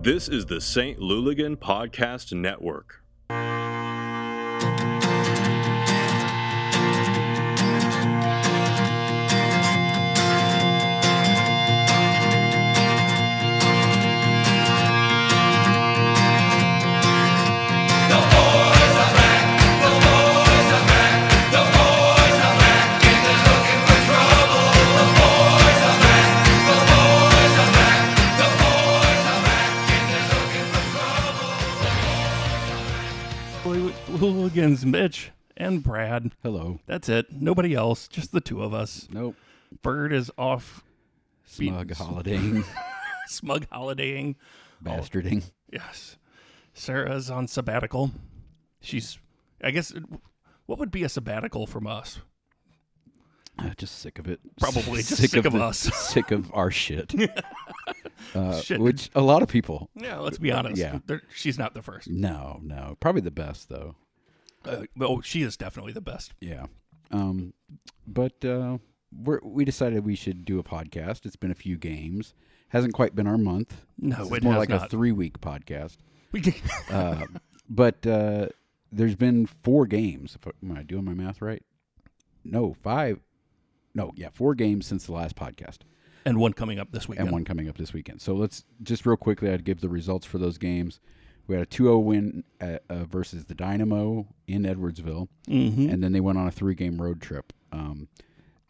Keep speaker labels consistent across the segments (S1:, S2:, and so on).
S1: This is the St. Luligan Podcast Network.
S2: Hooligans, Mitch and Brad.
S3: Hello.
S2: That's it. Nobody else. Just the two of us.
S3: Nope.
S2: Bird is off Be-
S3: Smug holidaying,
S2: smug holidaying.
S3: bastarding.
S2: Yes. Sarah's on sabbatical. She's, I guess, what would be a sabbatical from us?
S3: Uh, just sick of it.
S2: Probably just sick of us.
S3: sick of our shit. uh,
S2: Shit.
S3: Which a lot of people.
S2: Yeah, let's be honest.
S3: Yeah. Mm.
S2: There- she's not the first.
S3: No, no. Probably the best though.
S2: Uh, oh, she is definitely the best.
S3: Yeah. Um, but uh, we're, we decided we should do a podcast. It's been a few games. Hasn't quite been our month.
S2: No,
S3: This is
S2: it
S3: more
S2: has
S3: like a
S2: not.
S3: three-week podcast.
S2: We can-
S3: Uh, but uh, there's been four games. If I- Am I doing my math right? No, five. No, yeah, four games since the last podcast.
S2: and one coming up this weekend.
S3: and one coming up this weekend. So let's just real quickly, I'd give the results for those games. We had a 2 0 win uh uh, versus the Dynamo in Edwardsville,
S2: Mhm.
S3: and then they went on a three game road trip. Um,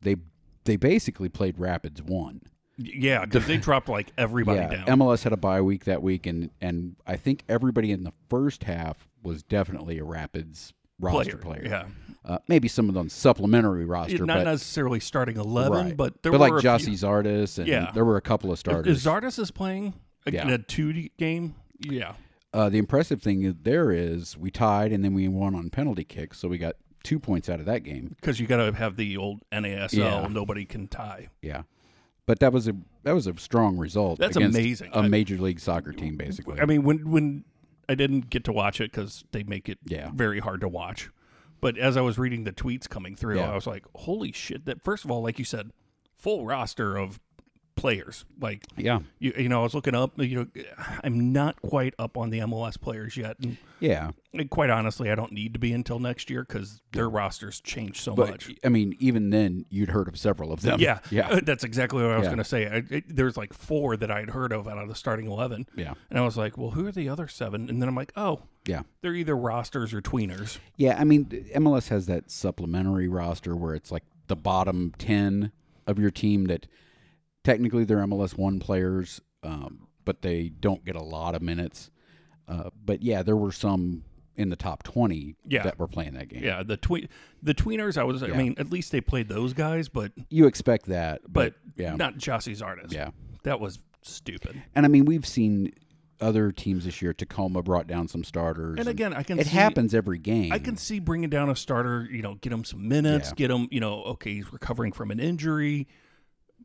S3: they they basically played Rapids one.
S2: Yeah, because they dropped like everybody down.
S3: MLS had a bye week that week, and, and I think everybody in the first half was definitely a Rapids roster player.
S2: Yeah.
S3: Uh, maybe some of them supplementary roster,
S2: Not
S3: but,
S2: necessarily starting 11,
S3: right.
S2: but there
S3: but
S2: were
S3: like
S2: a few-
S3: Jossie Zardes, and
S2: Yeah.
S3: there were a couple of
S2: If-
S3: starters.
S2: If Zardes is playing a,
S3: Yeah.
S2: in a two D game, yeah,
S3: Uh, the impressive thing there is we tied and then we won on penalty kicks, so we got two points out of that game.
S2: because you got to have the old NASL.
S3: Yeah.
S2: Nobody can tie.
S3: Yeah, but that was a that was a strong result.
S2: That's
S3: against
S2: amazing.
S3: A
S2: I-
S3: major league soccer team, basically.
S2: I mean, when when I didn't get to watch it because they make it
S3: Yeah.
S2: very hard to watch. But as I was reading the tweets coming through,
S3: Yeah.
S2: I was like, "Holy shit!" That first of all, like you said, full roster of players. Like
S3: yeah,
S2: you, you know, I was looking up. You know, I'm not quite up on the MLS players yet, and
S3: yeah.
S2: and quite honestly, I don't need to be until next year because their rosters change so
S3: But
S2: much.
S3: I mean, even then, you'd heard of several of them.
S2: Yeah,
S3: yeah,
S2: Uh, That's exactly what I was
S3: Yeah.
S2: going to say. I, I, there's like four that I had heard of out of the starting eleven,
S3: yeah,
S2: and I was like, "Well, who are the other seven? And then I'm like, "Oh,
S3: yeah,
S2: they're either rosters or tweeners."
S3: yeah. I mean, MLS has that supplementary roster where it's like the bottom ten of your team that technically they're MLS one players, um, but they don't get a lot of minutes. Uh, but yeah, there were some in the top twenty
S2: Yeah.
S3: that were playing that game.
S2: Yeah, the tween the tweeners. I was. I mean, at least they played those guys, but
S3: You expect that,
S2: but
S3: but, yeah,
S2: not Jossie's artist.
S3: yeah.
S2: that was stupid.
S3: And I mean, we've seen other teams this year. Tacoma brought down some starters,
S2: And again, I can
S3: it
S2: see-
S3: happens every game.
S2: I can see bringing down a starter. You know, get him some minutes.
S3: Mm. Yeah.
S2: Get him. You know, okay, he's recovering from an injury,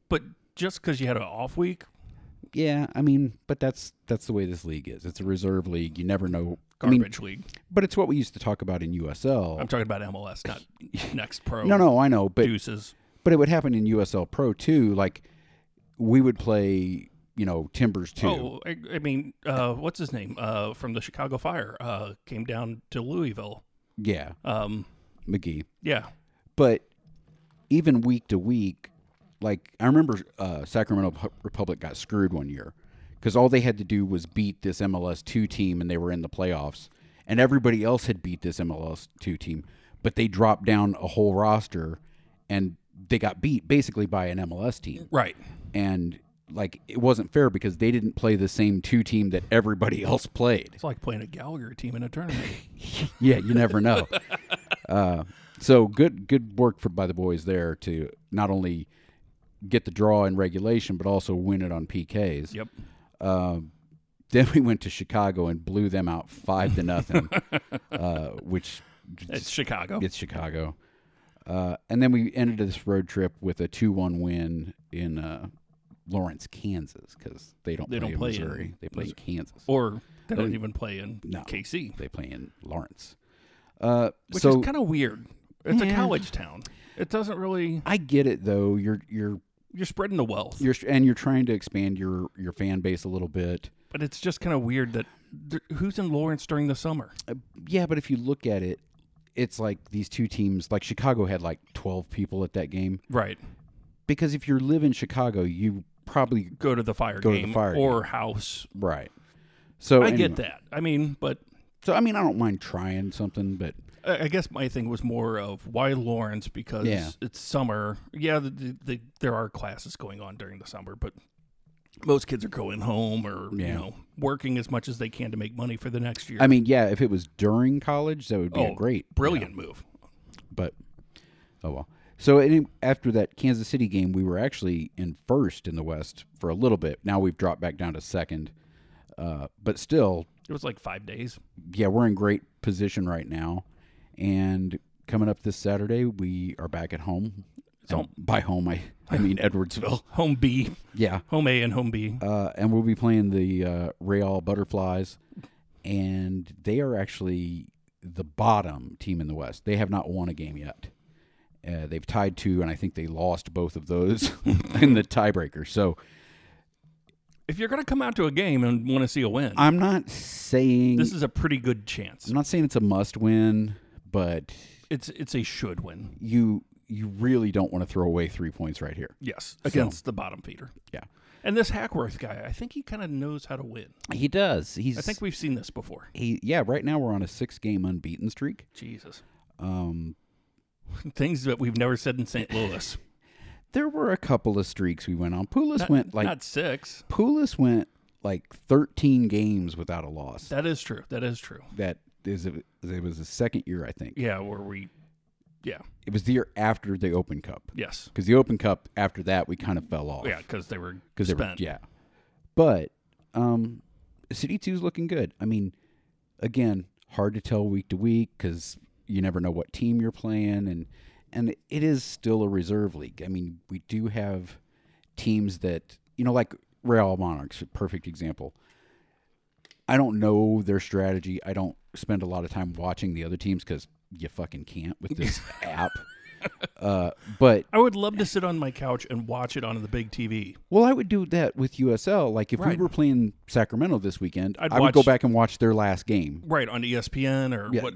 S2: but just because you had an off week,
S3: yeah. I mean, but that's that's the way this league is. It's a reserve league. You never know. I mean,
S2: garbage league.
S3: but it's what we used to talk about in USL.
S2: I'm talking about MLS, not next pro.
S3: no, no, I know, but
S2: deuces.
S3: but it would happen in USL Pro too. Like we would play, you know, Timbers too.
S2: Oh, I, I mean, uh, what's his name uh, from the Chicago Fire? Uh, came down to Louisville.
S3: Yeah,
S2: Um,
S3: McGee.
S2: yeah,
S3: but even week to week, like I remember uh, Sacramento Pu- Republic got screwed one year because all they had to do was beat this MLS two team and they were in the playoffs, and everybody else had beat this MLS two team, but they dropped down a whole roster and they got beat basically by an MLS team,
S2: right.
S3: and like it wasn't fair because they didn't play the same two team that everybody else played.
S2: It's like playing a Gallagher team in a tournament.
S3: Yeah, you never know. uh, so good, good work for by the boys there to not only get the draw in regulation, but also win it on PKs.
S2: yep.
S3: Um, then we went to Chicago and blew them out five to nothing, uh, which
S2: It's Chicago.
S3: it's Chicago. Uh, and then we ended this road trip with a two-one win in uh, Lawrence, Kansas, because they don't
S2: They
S3: play
S2: don't
S3: in
S2: play in
S3: Missouri. they play in Kansas.
S2: or they don't even play in
S3: Uh, No.
S2: KC,
S3: They play in Lawrence. Uh,
S2: which
S3: so
S2: is kind of weird. It's a
S3: Yeah.
S2: college town. It doesn't really.
S3: I get it though. You're you're
S2: You're spreading the wealth.
S3: you're and you're trying to expand your your fan base a little bit.
S2: But it's just kind of weird that th- who's in Lawrence during the summer?
S3: Uh, Yeah, but if you look at it, it's like these two teams. Like Chicago had like twelve people at that game
S2: Right.
S3: because if you live in Chicago, you probably
S2: Go to the fire
S3: Go to the
S2: game
S3: fire Oh,
S2: or house.
S3: right. So
S2: I
S3: anyway.
S2: get that. I mean, but
S3: So I mean, I don't mind trying something, but
S2: I I guess my thing was more of why Lawrence because
S3: Yeah.
S2: it's summer. Yeah, the, the, the, there are classes going on during the summer, but most kids are going home or you
S3: Yeah.
S2: know working as much as they can to make money for the next year.
S3: I mean, yeah, if it was during college, that would be a
S2: Oh,
S3: great,
S2: brilliant move.
S3: but oh well. So any, after that Kansas City game, we were actually in first in the West for a little bit. Now we've dropped back down to second, uh, but still,
S2: It was like five days.
S3: yeah, we're in great position right now. And coming up this Saturday, we are back at home.
S2: So-
S3: And by home, I I mean Edwardsville.
S2: Home B,
S3: Yeah,
S2: home A, and home B.
S3: uh, and we'll be playing the uh, Real Butterflies, and they are actually the bottom team in the West. They have not won a game yet. Uh, they've tied two, and I think they lost both of those in the tiebreaker. So
S2: If you're gonna come out to a game and want to see a win,
S3: I'm not saying
S2: this is a pretty good chance.
S3: I'm not saying it's a must-win, but
S2: It's it's a should win.
S3: you you really don't want to throw away three points right here.
S2: Yes, against the bottom feeder.
S3: Yeah,
S2: And this Hackworth guy, I think he kind of knows how to win.
S3: he does. He's
S2: I think we've seen this before.
S3: he yeah. Right now we're on a six-game unbeaten streak.
S2: Jesus.
S3: Um,
S2: things that we've never said in St. Louis.
S3: there were a couple of streaks we went on. Pulis
S2: Not-
S3: went like
S2: not six.
S3: Pulis went like 13 games without a loss.
S2: That is true. That is true.
S3: That is, a, it was the second year, I think.
S2: Yeah, where we, yeah,
S3: It was the year after the Open Cup.
S2: yes,
S3: Because the Open Cup, after that, we kind of fell off.
S2: yeah, because they were
S3: 'Cause they were-
S2: spent.
S3: yeah. But um, City 2 is looking good. I mean, again, hard to tell week to week because you never know what team you're playing. And, and it is still a reserve league. I mean, we do have teams that, you know, like Real Monarchs, a perfect example. I don't know their strategy. I don't spend a lot of time watching the other teams because you fucking can't with this app. Uh, but
S2: I would love to sit on my couch and watch it on the big TV.
S3: well, I would do that with USL. Like if we
S2: Right.
S3: were playing Sacramento this weekend,
S2: I'd
S3: i would go
S2: watch-
S3: back and watch their last game
S2: Right, on E ESPN or
S3: Yeah.
S2: what?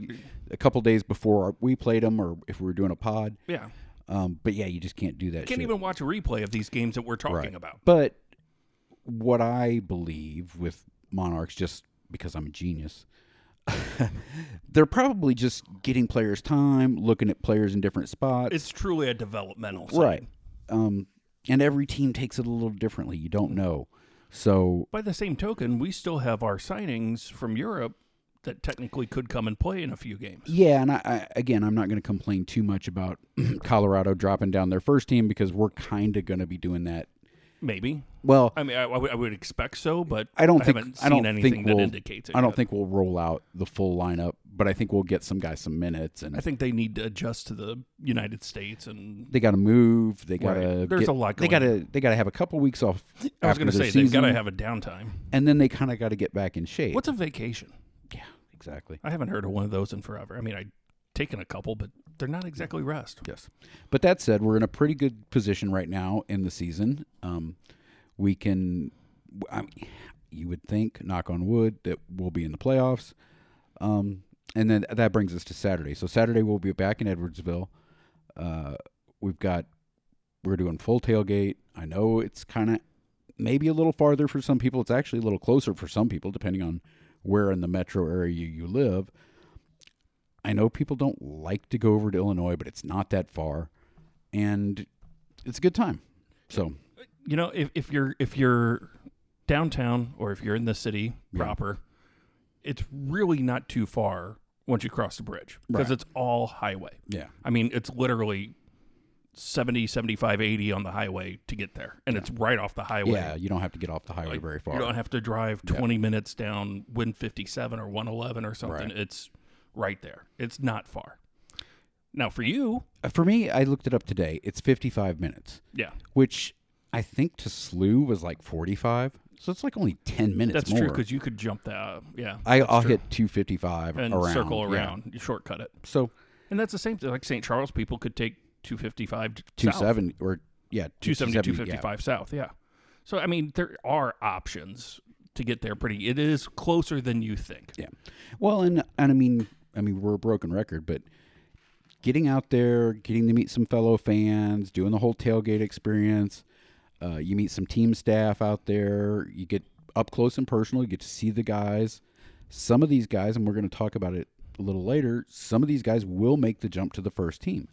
S3: a couple days before we played them, or if we were doing a pod.
S2: Yeah.
S3: Um, but yeah, you just can't do that.
S2: Can't
S3: shit.
S2: even watch a replay of these games that we're talking
S3: Right.
S2: about.
S3: But what I believe with Monarchs, just because I'm a genius, they're probably just getting players time, looking at players in different spots.
S2: It's truly a developmental. side.
S3: right. Um, and every team takes it a little differently. You don't know. So
S2: By the same token, we still have our signings from Europe that technically could come and play in a few games.
S3: Yeah, and I, I again, I'm not going to complain too much about Colorado dropping down their first team because we're kind of going to be doing that.
S2: Maybe.
S3: Well,
S2: I mean, I, I would- I would expect so, but
S3: I don't
S2: haven't
S3: think
S2: seen
S3: I don't
S2: anything
S3: think
S2: that
S3: we'll
S2: indicates it.
S3: I don't
S2: yet.
S3: think we'll roll out the full lineup, but I think we'll get some guys some minutes, and
S2: I think they need to adjust to the United States, and
S3: they got to move. They got to
S2: Right. There's a lot
S3: They got
S2: going
S3: to they got to have a couple weeks off.
S2: I was going to say they've got
S3: got
S2: to have a downtime.
S3: and then they kind of got to get back in shape.
S2: What's a vacation?
S3: yeah, exactly.
S2: I haven't heard of one of those in forever. I mean, I've taken a couple, but they're not exactly rest.
S3: Yes. But that said, we're in a pretty good position right now in the season. Um, we can, I, you would think, knock on wood, that we'll be in the playoffs. Um, and then that brings us to Saturday. So Saturday we'll be back in Edwardsville. Uh, we've got, we're doing full tailgate. I know it's kind of maybe a little farther for some people. It's actually a little closer for some people, depending on where in the metro area you, you live. I know people don't like to go over to Illinois, but it's not that far, and it's a good time. So
S2: You know, if, if you're if you're downtown or if you're in the city proper, it's really not too far once you cross the bridge because
S3: Right.
S2: it's all highway.
S3: yeah,
S2: I mean, it's literally 70, 75, 80 on the highway to get there, and it's right off the highway.
S3: yeah, you don't have to get off the highway very far.
S2: You don't have to drive 20 minutes down Win 57 or 111 or something.
S3: Right.
S2: It's right there. It's not far. Now, for you,
S3: Uh, for me, I looked it up today. It's fifty-five minutes,
S2: yeah,
S3: which I think to Slough was like forty-five. So it's like only ten minutes.
S2: that's
S3: more.
S2: true because you could jump that. uh, yeah,
S3: I,
S2: that's
S3: I'll
S2: true.
S3: hit two fifty-five
S2: and
S3: around,
S2: circle
S3: yeah.
S2: around. You shortcut it,
S3: So
S2: and that's the same thing. Like St. Charles, people could take 255 to
S3: two
S2: south.
S3: seventy or yeah,
S2: 270,
S3: 270, yeah.
S2: 255 south. Yeah. So, I mean, there are options to get there pretty. It is closer than you think.
S3: Yeah. Well, and and I mean, I mean, we're a broken record, but getting out there, getting to meet some fellow fans, doing the whole tailgate experience. Uh, you meet some team staff out there. You get up close and personal. You get to see the guys. Some of these guys, and we're going to talk about it a little later. Some of these guys will make the jump to the first team,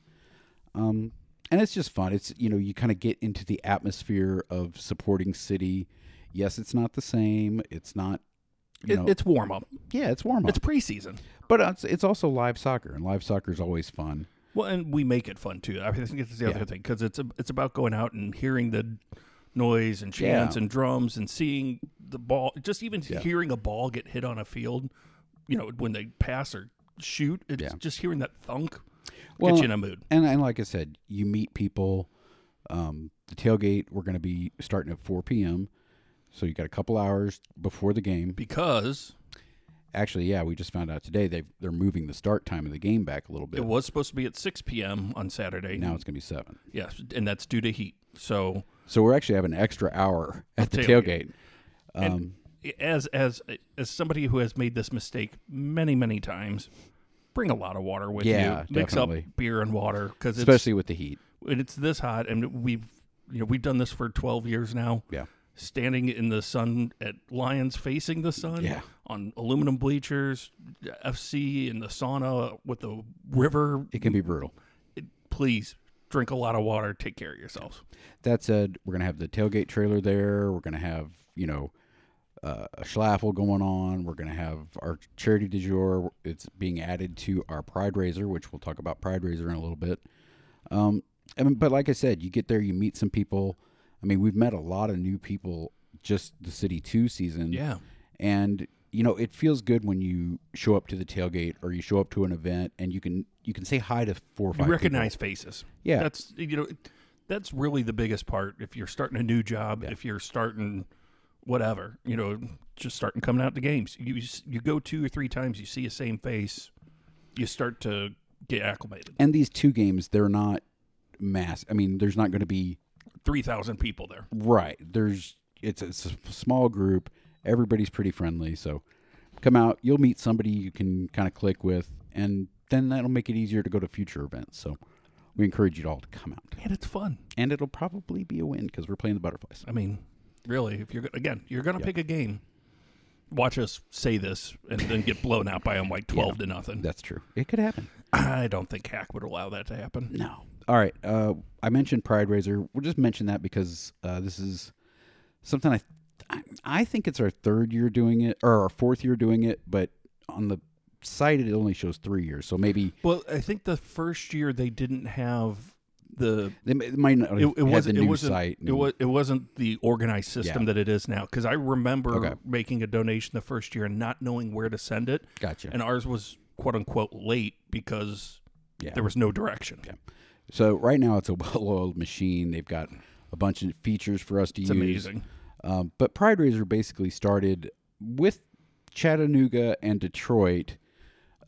S3: um, and it's just fun. It's you know you kind of get into the atmosphere of supporting city. Yes, it's not the same. It's not. You
S2: It,
S3: know,
S2: it's warm up.
S3: yeah, it's warm up.
S2: It's preseason.
S3: But it's, it's also live soccer, and live soccer is always fun.
S2: Well, and we make it fun too. I think it's the other thing because it's it's about going out and hearing the noise and chants
S3: Yeah.
S2: and drums and seeing the ball. Just even
S3: Yeah.
S2: hearing a ball get hit on a field, you know, when they pass or shoot, it's
S3: Yeah.
S2: just hearing that thunk
S3: Well,
S2: gets you in a mood.
S3: And, and like I said, you meet people. Um, the tailgate we're going to be starting at 4 p.m., so you got a couple hours before the game.
S2: Because
S3: Actually, yeah, we just found out today they they're moving the start time of the game back a little bit.
S2: it was supposed to be at six p.m. on Saturday.
S3: now it's going to be seven.
S2: Yes, and that's due to heat. So
S3: So we're actually having an extra hour at the
S2: Tailgate.
S3: tailgate. Um,
S2: as as as somebody who has made this mistake many many times, bring a lot of water with
S3: Yeah,
S2: you. Mix
S3: definitely.
S2: up beer and water because it's
S3: especially with the heat.
S2: and it's this hot, and we've you know we've done this for twelve years now.
S3: Yeah.
S2: Standing in the sun at Lions facing the sun
S3: Yeah.
S2: on aluminum bleachers, FC in the sauna with the river.
S3: It can be brutal.
S2: Please drink a lot of water. Take care of yourselves.
S3: That said, we're gonna have the tailgate trailer there. We're gonna have you know uh, a schlaffle going on. We're gonna have our charity du jour. It's being added to our Pride Raiser, which we'll talk about Pride Raiser in a little bit. Um, I mean, but like I said, you get there, you meet some people. I mean, we've met a lot of new people just the City Two season.
S2: Yeah.
S3: and you know it feels good when you show up to the tailgate or you show up to an event and you can you can say hi to four or
S2: You
S3: five.
S2: recognize faces.
S3: Yeah.
S2: That's you know that's really the biggest part. If you're starting a new job, if you're starting whatever, you know, just starting coming out to games, you s- you go two or three times, you see a same face, you start to get acclimated.
S3: And these two games, they're not mass. I mean, there's not going to be
S2: Three thousand people there.
S3: Right. There's it's a, it's a small group. Everybody's pretty friendly, so come out. You'll meet somebody you can kind of click with, and then that'll make it easier to go to future events. So we encourage you all to come out,
S2: And it's fun.
S3: and it'll probably be a win because we're playing the butterflies.
S2: I mean, really, if you're go- again, you're gonna pick a game. Watch us say this and then get blown out by them like twelve to nothing.
S3: That's true. It could happen.
S2: I don't think Hack would allow that to happen.
S3: No. All right. Uh, I mentioned Pride Raiser. We'll just mention that because uh, this is something I, I I think it's our third year doing it or our fourth year doing it, but on the site it only shows three years, so maybe
S2: Well, I think the first year they didn't have the
S3: They m- It might not
S2: it,
S3: have
S2: it
S3: had
S2: wasn't
S3: the
S2: it
S3: new
S2: wasn't
S3: site.
S2: it was it wasn't the organized system
S3: Yeah.
S2: that it is now because I remember
S3: Okay.
S2: making a donation the first year and not knowing where to send it
S3: gotcha.
S2: and ours was quote unquote late because
S3: Yeah.
S2: there was no direction.
S3: so right now it's a well-oiled machine. They've got a bunch of features for us to
S2: It's
S3: use.
S2: amazing.
S3: Um, but Pride Raiser basically started with Chattanooga and Detroit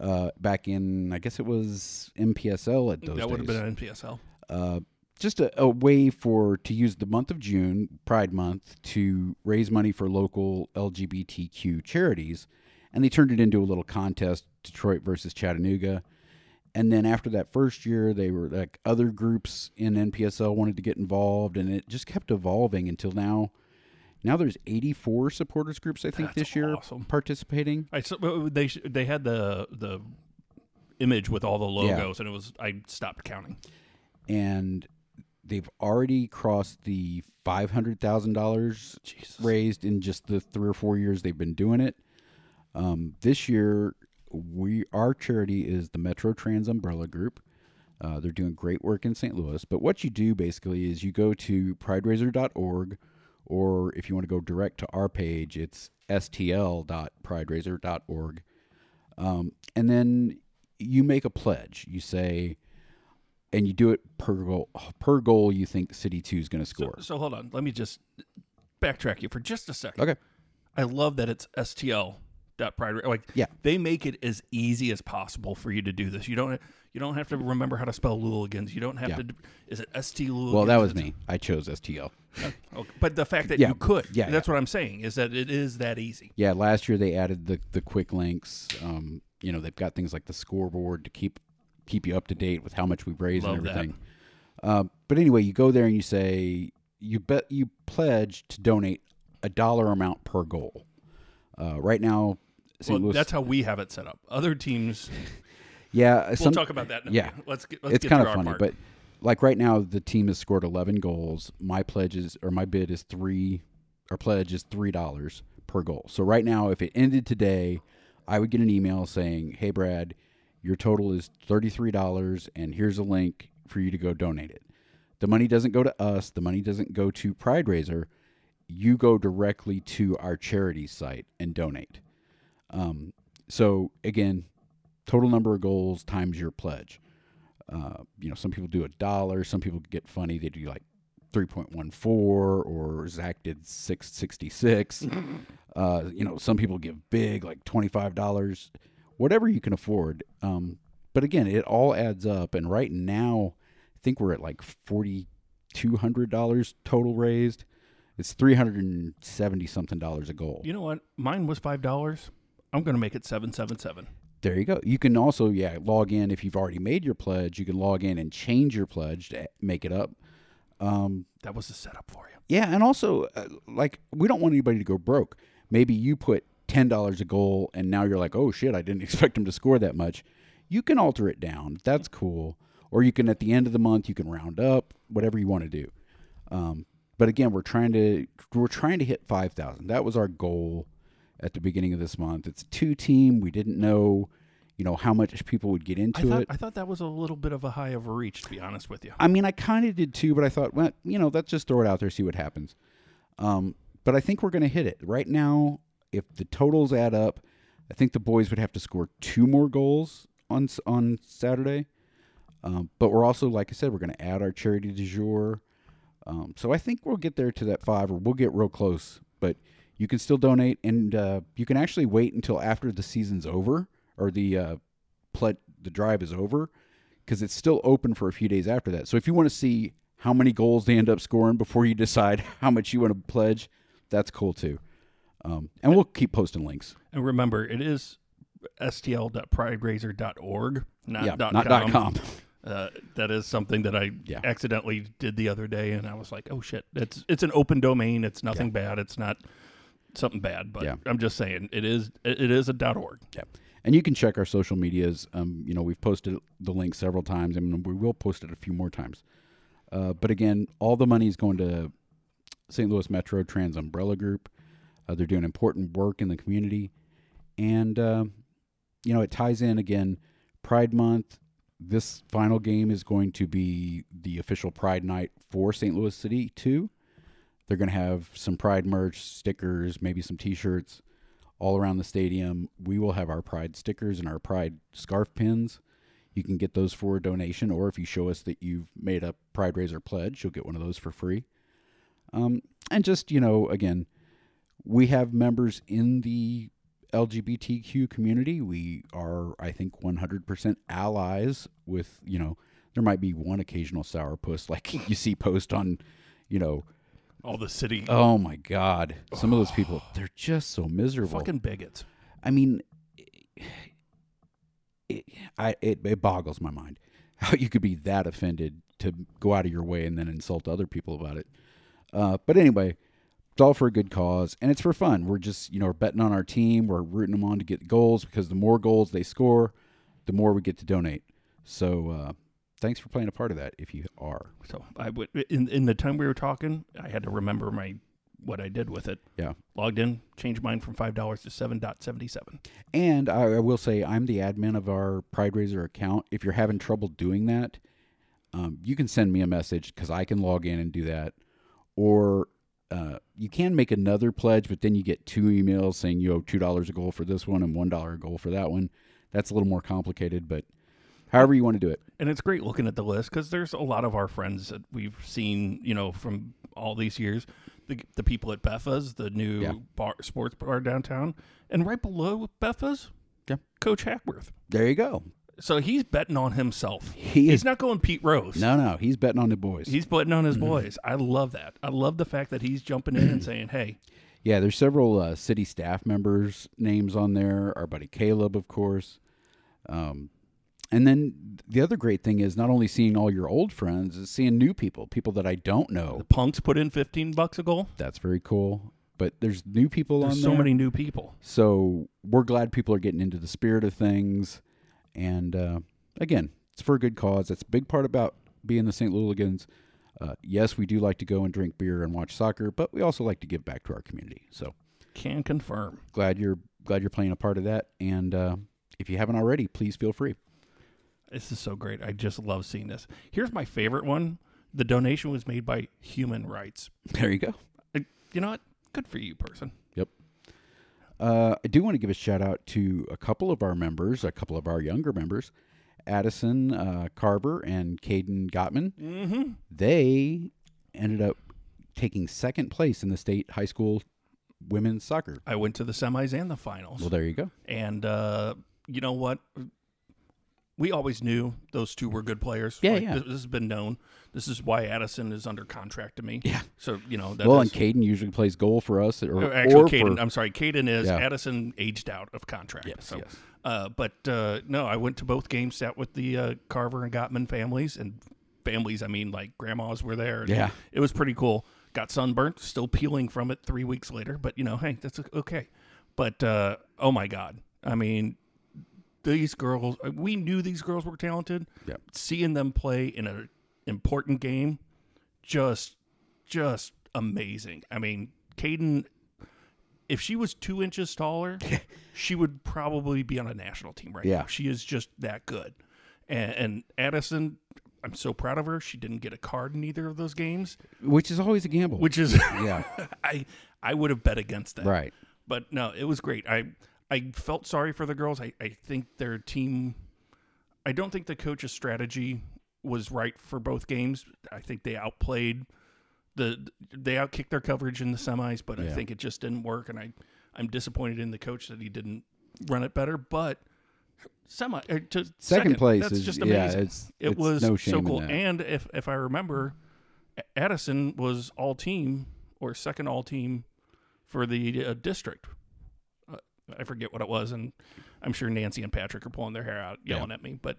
S3: uh, back in, I guess it was MPSL at those
S2: that would have
S3: days.
S2: been an NPSL.
S3: uh, just a, a way for to use the month of June, Pride Month, to raise money for local LGBTQ charities, and they turned it into a little contest: Detroit versus Chattanooga. And then after that first year, they were like other groups in NPSL wanted to get involved, and it just kept evolving until now. Now there's 84 supporters groups I think
S2: That's
S3: this year
S2: awesome.
S3: participating.
S2: I saw well, they sh- they had the the image with all the
S3: Yeah.
S2: logos and it was I stopped counting.
S3: and they've already crossed the five hundred thousand dollars raised in just the three or four years they've been doing it. Um, this year, we our charity is the Metro Trans Umbrella Group. Uh, they're doing great work in St. Louis. But what you do basically is you go to prideraiser.org, or if you want to go direct to our page, it's stl.prideraiser.org. Um, and then you make a pledge. You say, and you do it per goal. Per goal, you think City Two is going to score.
S2: So hold on, let me just backtrack you for just a second.
S3: okay.
S2: I love that it's STL. Dot pride like
S3: Yeah.
S2: they make it as easy as possible for you to do this. You don't You don't have to remember how to spell Luligans. You don't have
S3: Yeah.
S2: to. Is it S T Luligans?
S3: Well, that was
S2: It's-
S3: me. I chose STL.
S2: Okay. But the fact that
S3: Yeah.
S2: you could,
S3: Yeah,
S2: that's what I'm saying, is that it is that easy.
S3: Yeah, last year they added the the quick links. Um, you know, they've got things like the scoreboard to keep keep you up to date with how much we've raised
S2: Love
S3: and
S2: that.
S3: everything. Um, but anyway, you go there and you say you bet you pledge to donate a dollar amount per goal. Uh, right now, St.
S2: Well,
S3: Louis.
S2: that's how we have it set up. Other teams,
S3: yeah,
S2: we'll
S3: some-
S2: talk about that. In a
S3: yeah.
S2: minute. let's get. Let's
S3: it's
S2: get
S3: kind
S2: through
S3: of
S2: our part.
S3: funny, but like right now, the team has scored eleven goals. My pledge is or my bid is three, or pledge is three dollars per goal. So right now, if it ended today, I would get an email saying, "Hey Brad, your total is thirty three dollars, and here's a link for you to go donate it." The money doesn't go to us. The money doesn't go to Pride Raiser. You go directly to our charity site and donate. Um, so again, total number of goals times your pledge uh, you know, some people do a dollar, some people get funny, they do like 3.14 or Zach did 666. uh, you know, some people give big, like $25, whatever you can afford. Um, but again, it all adds up. And right now, I think we're at like $4,200 total raised. It's 370 something dollars a goal.
S2: you know what? Mine was five dollars. I'm going to make it seven seven seven.
S3: There you go. You can also, yeah, log in if you've already made your pledge. You can log in and change your pledge to make it up. Um,
S2: That was the setup for you.
S3: Yeah, and also, uh, like, we don't want anybody to go broke. Maybe you put ten dollars a goal, and now you're like, oh shit, I didn't expect them to score that much. You can alter it down. That's cool. Or you can at the end of the month, you can round up, whatever you want to do. Um, but again, we're trying to we're trying to hit five thousand. That was our goal at the beginning of this month. It's two team. We didn't know, you know, how much people would get into
S2: I thought
S3: it.
S2: I thought that was a little bit of a high of a reach, to be honest with you.
S3: I mean, I kind of did too, but I thought, well, you know, let's just throw it out there, see what happens. Um, but I think we're going to hit it right now. If the totals add up, I think the boys would have to score two more goals on s- on Saturday. Um, but we're also, like I said, we're going to add our charity du jour. Um, so I think we'll get there to that five, or we'll get real close. But you can still donate, and uh, you can actually wait until after the season's over or the uh, ple- the drive is over because it's still open for a few days after that. So if you want to see how many goals they end up scoring before you decide how much you want to pledge, that's cool too. Um, and we'll keep posting links.
S2: And remember, it is stl.prideraiser.org, not
S3: yeah,
S2: dot
S3: not
S2: com.
S3: dot com.
S2: Uh, that is something that I
S3: Yeah.
S2: accidentally did the other day, and I was like, "Oh shit!" It's it's an open domain. It's nothing bad. It's not something bad. But
S3: Yeah.
S2: I'm just saying, it is it it is a dot .org.
S3: Yeah. And you can check our social medias. Um, you know, we've posted the link several times and we will post it a few more times. Uh, but again, all the money is going to St. Louis Metro Trans Umbrella Group. Uh, they're doing important work in the community. And, um, you know, it ties in again, Pride Month. This final game is going to be the official Pride night for St. Louis City, too. They're going to have some Pride merch, stickers, maybe some t shirts all around the stadium. We will have our pride stickers and our pride scarf pins. You can get those for a donation, or if you show us that you've made a Pride Raiser pledge, you'll get one of those for free. Um, and just, you know, again, we have members in the LGBTQ community. We are, I think, 100% allies with, you know, there might be one occasional sourpuss like you see post on, you know,
S2: All the city
S3: oh my God, some of those people, they're just so miserable.
S2: fucking bigots.
S3: I mean, it, I, it, it boggles my mind how you could be that offended to go out of your way and then insult other people about it. Uh, but anyway, it's all for a good cause and it's for fun. We're just, you know, we're betting on our team. We're rooting them on to get goals because the more goals they score, the more we get to donate. So uh, thanks for playing a part of that if you are.
S2: So I would in in the time we were talking, I had to remember my what I did with it.
S3: Yeah.
S2: Logged in, changed mine from five dollars to seven dot seventy seven.
S3: And I, I will say, I'm the admin of our Pride Raiser account. If you're having trouble doing that, um, you can send me a message because I can log in and do that. Or uh, you can make another pledge, but then you get two emails saying you owe two dollars a goal for this one and one dollar a goal for that one. That's a little more complicated, but however you want to do it.
S2: And it's great looking at the list because there's a lot of our friends that we've seen, you know, from all these years. The, the people at Beffa's, the new
S3: Yeah.
S2: bar, sports bar downtown, and right below Beffa's,
S3: Yeah.
S2: Coach Hackworth.
S3: There you go.
S2: So he's betting on himself.
S3: He
S2: he's
S3: is-
S2: not going Pete Rose.
S3: No, Mm-hmm. no, he's betting on the boys.
S2: He's betting on his boys. I love that. I love the fact that he's jumping in and saying, "Hey,
S3: Yeah, there's several uh, city staff members' names on there. Our buddy Caleb, of course. Um, and then the other great thing is not only seeing all your old friends, is seeing new people, people that I don't know.
S2: the punks put in 15 bucks a goal.
S3: That's very cool. But there's new people
S2: There's
S3: on
S2: so
S3: there.
S2: many new people.
S3: So we're glad people are getting into the spirit of things. And uh, again, it's for a good cause. That's a big part about being the St. Louligans. Uh, yes, we do like to go and drink beer and watch soccer, but we also like to give back to our community. So
S2: Can confirm.
S3: glad you're glad you're playing a part of that. And uh, if you haven't already, please feel free.
S2: This is so great. I just love seeing this. Here's my favorite one. The donation was made by Human Rights.
S3: There you go.
S2: I- You know what? Good for you, person.
S3: Yep. Uh, I do want to give a shout out to a couple of our members, a couple of our younger members, Addison uh, Carver and Caden Gottman. Mm-hmm. They ended up taking second place in the state high school women's soccer.
S2: I went to the semis and the finals.
S3: Well, there you go.
S2: and uh, you know what? We always knew those two were good players.
S3: Yeah,
S2: Like,
S3: yeah.
S2: This, this has been known. This is why Addison is under contract to me. Yeah. So you know that
S3: well,
S2: is-
S3: and Caden usually plays goal for us. Or,
S2: or Oh, actually,
S3: or
S2: Caden.
S3: for-
S2: I'm sorry, Caden is
S3: Yeah.
S2: Addison aged out of contract.
S3: Yes,
S2: so,
S3: yes.
S2: Uh, but uh, no, I went to both games, sat with the uh, Carver and Gottman families, and families. I mean, like grandmas were there. and
S3: Yeah.
S2: it was pretty cool. Got sunburnt, still peeling from it three weeks later. But you know, hey, that's okay. But uh, oh my god, I mean, these girls. uh, We knew these girls were talented.
S3: Yeah.
S2: Seeing them play in an important game, just, just amazing. I mean, Caden if she was two inches taller, she would probably be on a national team right
S3: Yeah.
S2: now. She is just that good. And, and Addison, I'm so proud of her. She didn't get a card in either of those games,
S3: which is always a gamble.
S2: which is
S3: yeah,
S2: I I would have bet against that.
S3: right.
S2: But no, it was great. I I felt sorry for the girls. I, I think their team I don't think the coach's strategy was right for both games. I think they outplayed the they outkicked their coverage in the semis, but I
S3: Yeah.
S2: think it just didn't work and I I'm disappointed in the coach that he didn't run it better, but semi or to second,
S3: place
S2: that's
S3: is-
S2: just
S3: yeah,
S2: amazing.
S3: it's-
S2: it
S3: it's
S2: was
S3: no shame
S2: so
S3: in
S2: cool.
S3: that.
S2: And if if I remember A- Addison was all team or second all team for the uh, district. Uh, I forget what it was, and I'm sure Nancy and Patrick are pulling their hair out, yelling at me. But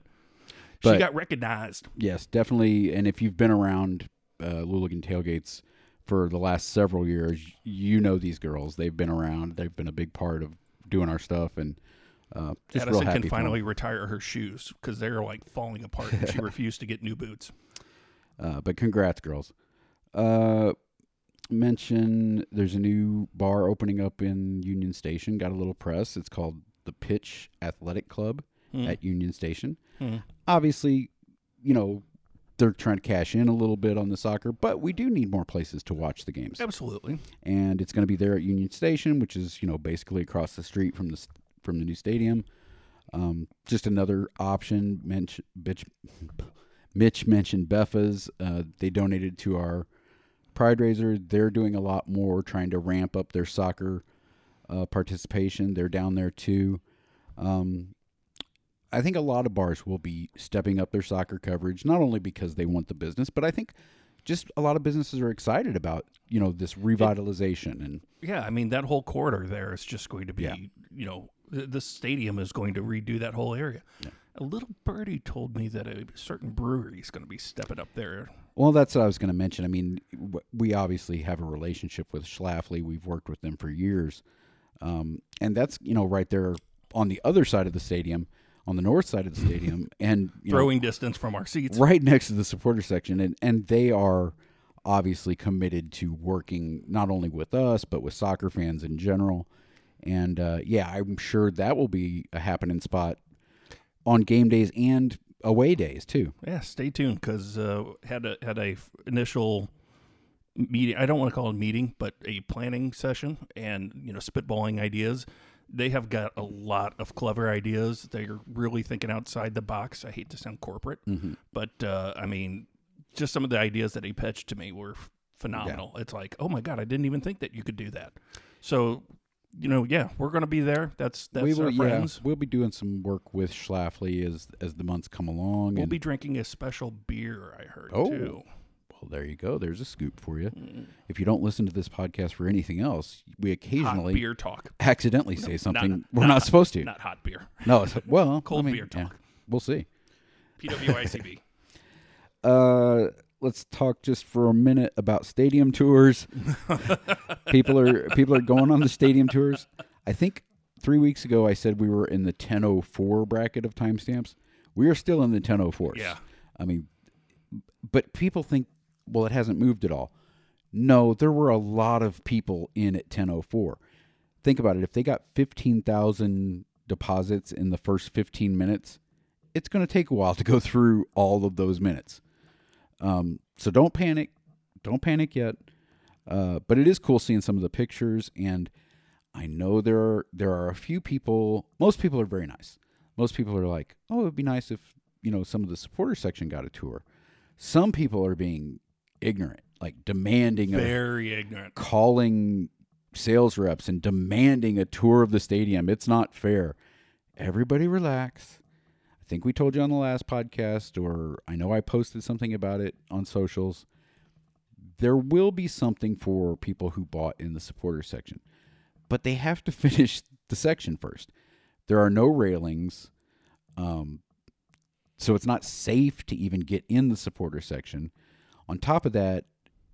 S2: she
S3: But-
S2: got recognized.
S3: Yes, definitely. And if you've been around uh, Luligan tailgates for the last several years, you know these girls. They've been around. They've been a big part of doing our stuff, and uh, just real
S2: Addison
S3: happy.
S2: can
S3: for 'em.
S2: finally retire her shoes because they're like falling apart, and she refused to get new boots.
S3: Uh, but congrats, girls. Uh, mention there's a new bar opening up in Union Station. Got a little press. It's called the Pitch Athletic Club at Union Station. Obviously, you know they're trying to cash in a little bit on the soccer, but we do need more places to watch the games.
S2: Absolutely,
S3: and it's going to be there at Union Station, which is you know basically across the street from the s- from the new stadium. Um, just another option. Mitch, Mitch, Mitch mentioned Beffa's. Uh, they donated to our Pride Raiser. They're doing a lot more, trying to ramp up their soccer uh, participation. They're down there too. Um, I think a lot of bars will be stepping up their soccer coverage, not only because they want the business, but I think just a lot of businesses are excited about you know this revitalization and
S2: yeah. I mean, that whole corridor there is just going to be,
S3: Yeah.
S2: you know, the, the stadium is going to redo that whole area. A little birdie told me that a certain brewery is going to be stepping up there.
S3: well that's what i was going to mention i mean w- we obviously have a relationship with schlafly we've worked with them for years um, and that's you know right there on the other side of the stadium on the north side of the stadium and you know,
S2: Throwing distance from our seats.
S3: right next to the supporter section and and they are obviously committed to working not only with us but with soccer fans in general and uh, yeah i'm sure that will be a happening spot on game days and away days too
S2: Yeah, stay tuned because uh, had a had a f- initial meeting. I don't want to call it a meeting, but a planning session and you know spitballing ideas. They have got a lot of clever ideas. They're really thinking outside the box. I hate to sound corporate,
S3: Mm-hmm.
S2: but uh, I mean, just some of the ideas that he pitched to me were f- phenomenal. It's like, oh my god, I didn't even think that you could do that. So you know, yeah, we're going to be there. That's that's
S3: we will,
S2: our
S3: yeah,
S2: friends.
S3: we'll be doing some work with Schlafly as as the months come along.
S2: We'll
S3: and,
S2: be drinking a special beer. I heard
S3: Oh.
S2: too.
S3: well, there you go. There's a scoop for you.
S2: Mm.
S3: If you don't listen to this podcast for anything else, we
S2: Hot
S3: occasionally
S2: beer talk,
S3: accidentally say something
S2: not-
S3: we're
S2: not-
S3: not, supposed to.
S2: not hot beer.
S3: No, it's, well,
S2: Cold
S3: I mean,
S2: beer
S3: yeah,
S2: talk.
S3: we'll see.
S2: PWICB.
S3: Uh, let's talk just for a minute about stadium tours. people are people are going on the stadium tours. I think three weeks ago I said we were in the 10:04 bracket of timestamps. We are still in the 10:04s.
S2: Yeah.
S3: I mean, but people think, well, it hasn't moved at all. No, there were a lot of people in at 10:04. Think about it. If they got 15,000 deposits in the first 15 minutes, it's going to take a while to go through all of those minutes. Um, so don't panic. Don't panic yet. Uh, but it is cool seeing some of the pictures, and I know there are there are a few people. Most people are very nice. Most people are like, "Oh, it'd be nice if you know some of the supporter section got a tour." Some people are being ignorant, like demanding a
S2: Very ignorant.
S3: calling sales reps and demanding a tour of the stadium. It's not fair. Everybody relax. I think we told you on the last podcast, or I know I posted something about it on socials. There will be something for people who bought in the supporter section, but they have to finish the section first. There are no railings. Um, so it's not safe to even get in the supporter section. On top of that,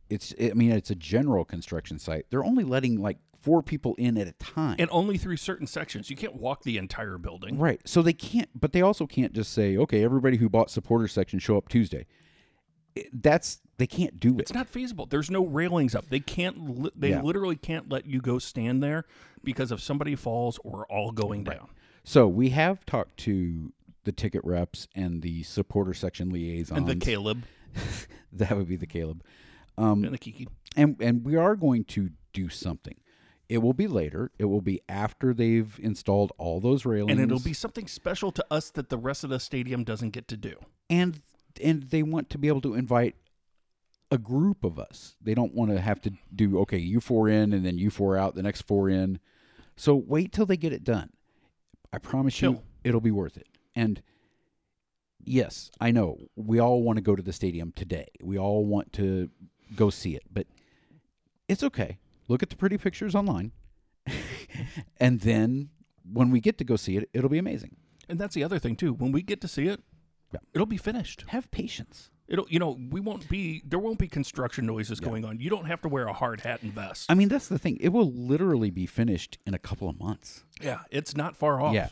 S3: it's I mean it's a general construction site. They're only letting like four people in at a time.
S2: And only through certain sections. You can't walk the entire building.
S3: right. So they can't but they also can't just say, "Okay, everybody who bought supporter section show up Tuesday." It- That's they can't do it.
S2: It's not feasible. There's no railings up. They can't. Li- they
S3: Yeah.
S2: literally can't let you go stand there because if somebody falls, we're all going down.
S3: So we have talked to the ticket reps and the supporter section liaisons.
S2: And the Caleb
S3: that would be the Caleb. um,
S2: and the Kiki.
S3: and and we are going to do something. It will be later. It will be after they've installed all those railings,
S2: And it'll be something special to us that the rest of the stadium doesn't get to do.
S3: and and they want to be able to invite a group of us. They don't want to have to do okay, you four in and then you four out, the next four in. So wait till they get it done. I promise you,
S2: Chill.
S3: it'll be worth it. And yes, I know we all want to go to the stadium today. We all want to go see it, but it's okay. Look at the pretty pictures online, and then when we get to go see it, it'll be amazing.
S2: And that's the other thing too. When we get to see it,
S3: Yeah.
S2: it'll be finished.
S3: Have patience.
S2: It'll you know we won't be there won't be construction noises going on. You don't have to wear a hard hat and vest.
S3: I mean, that's the thing. It will literally be finished in a couple of months.
S2: yeah, it's not far off.
S3: Yeah.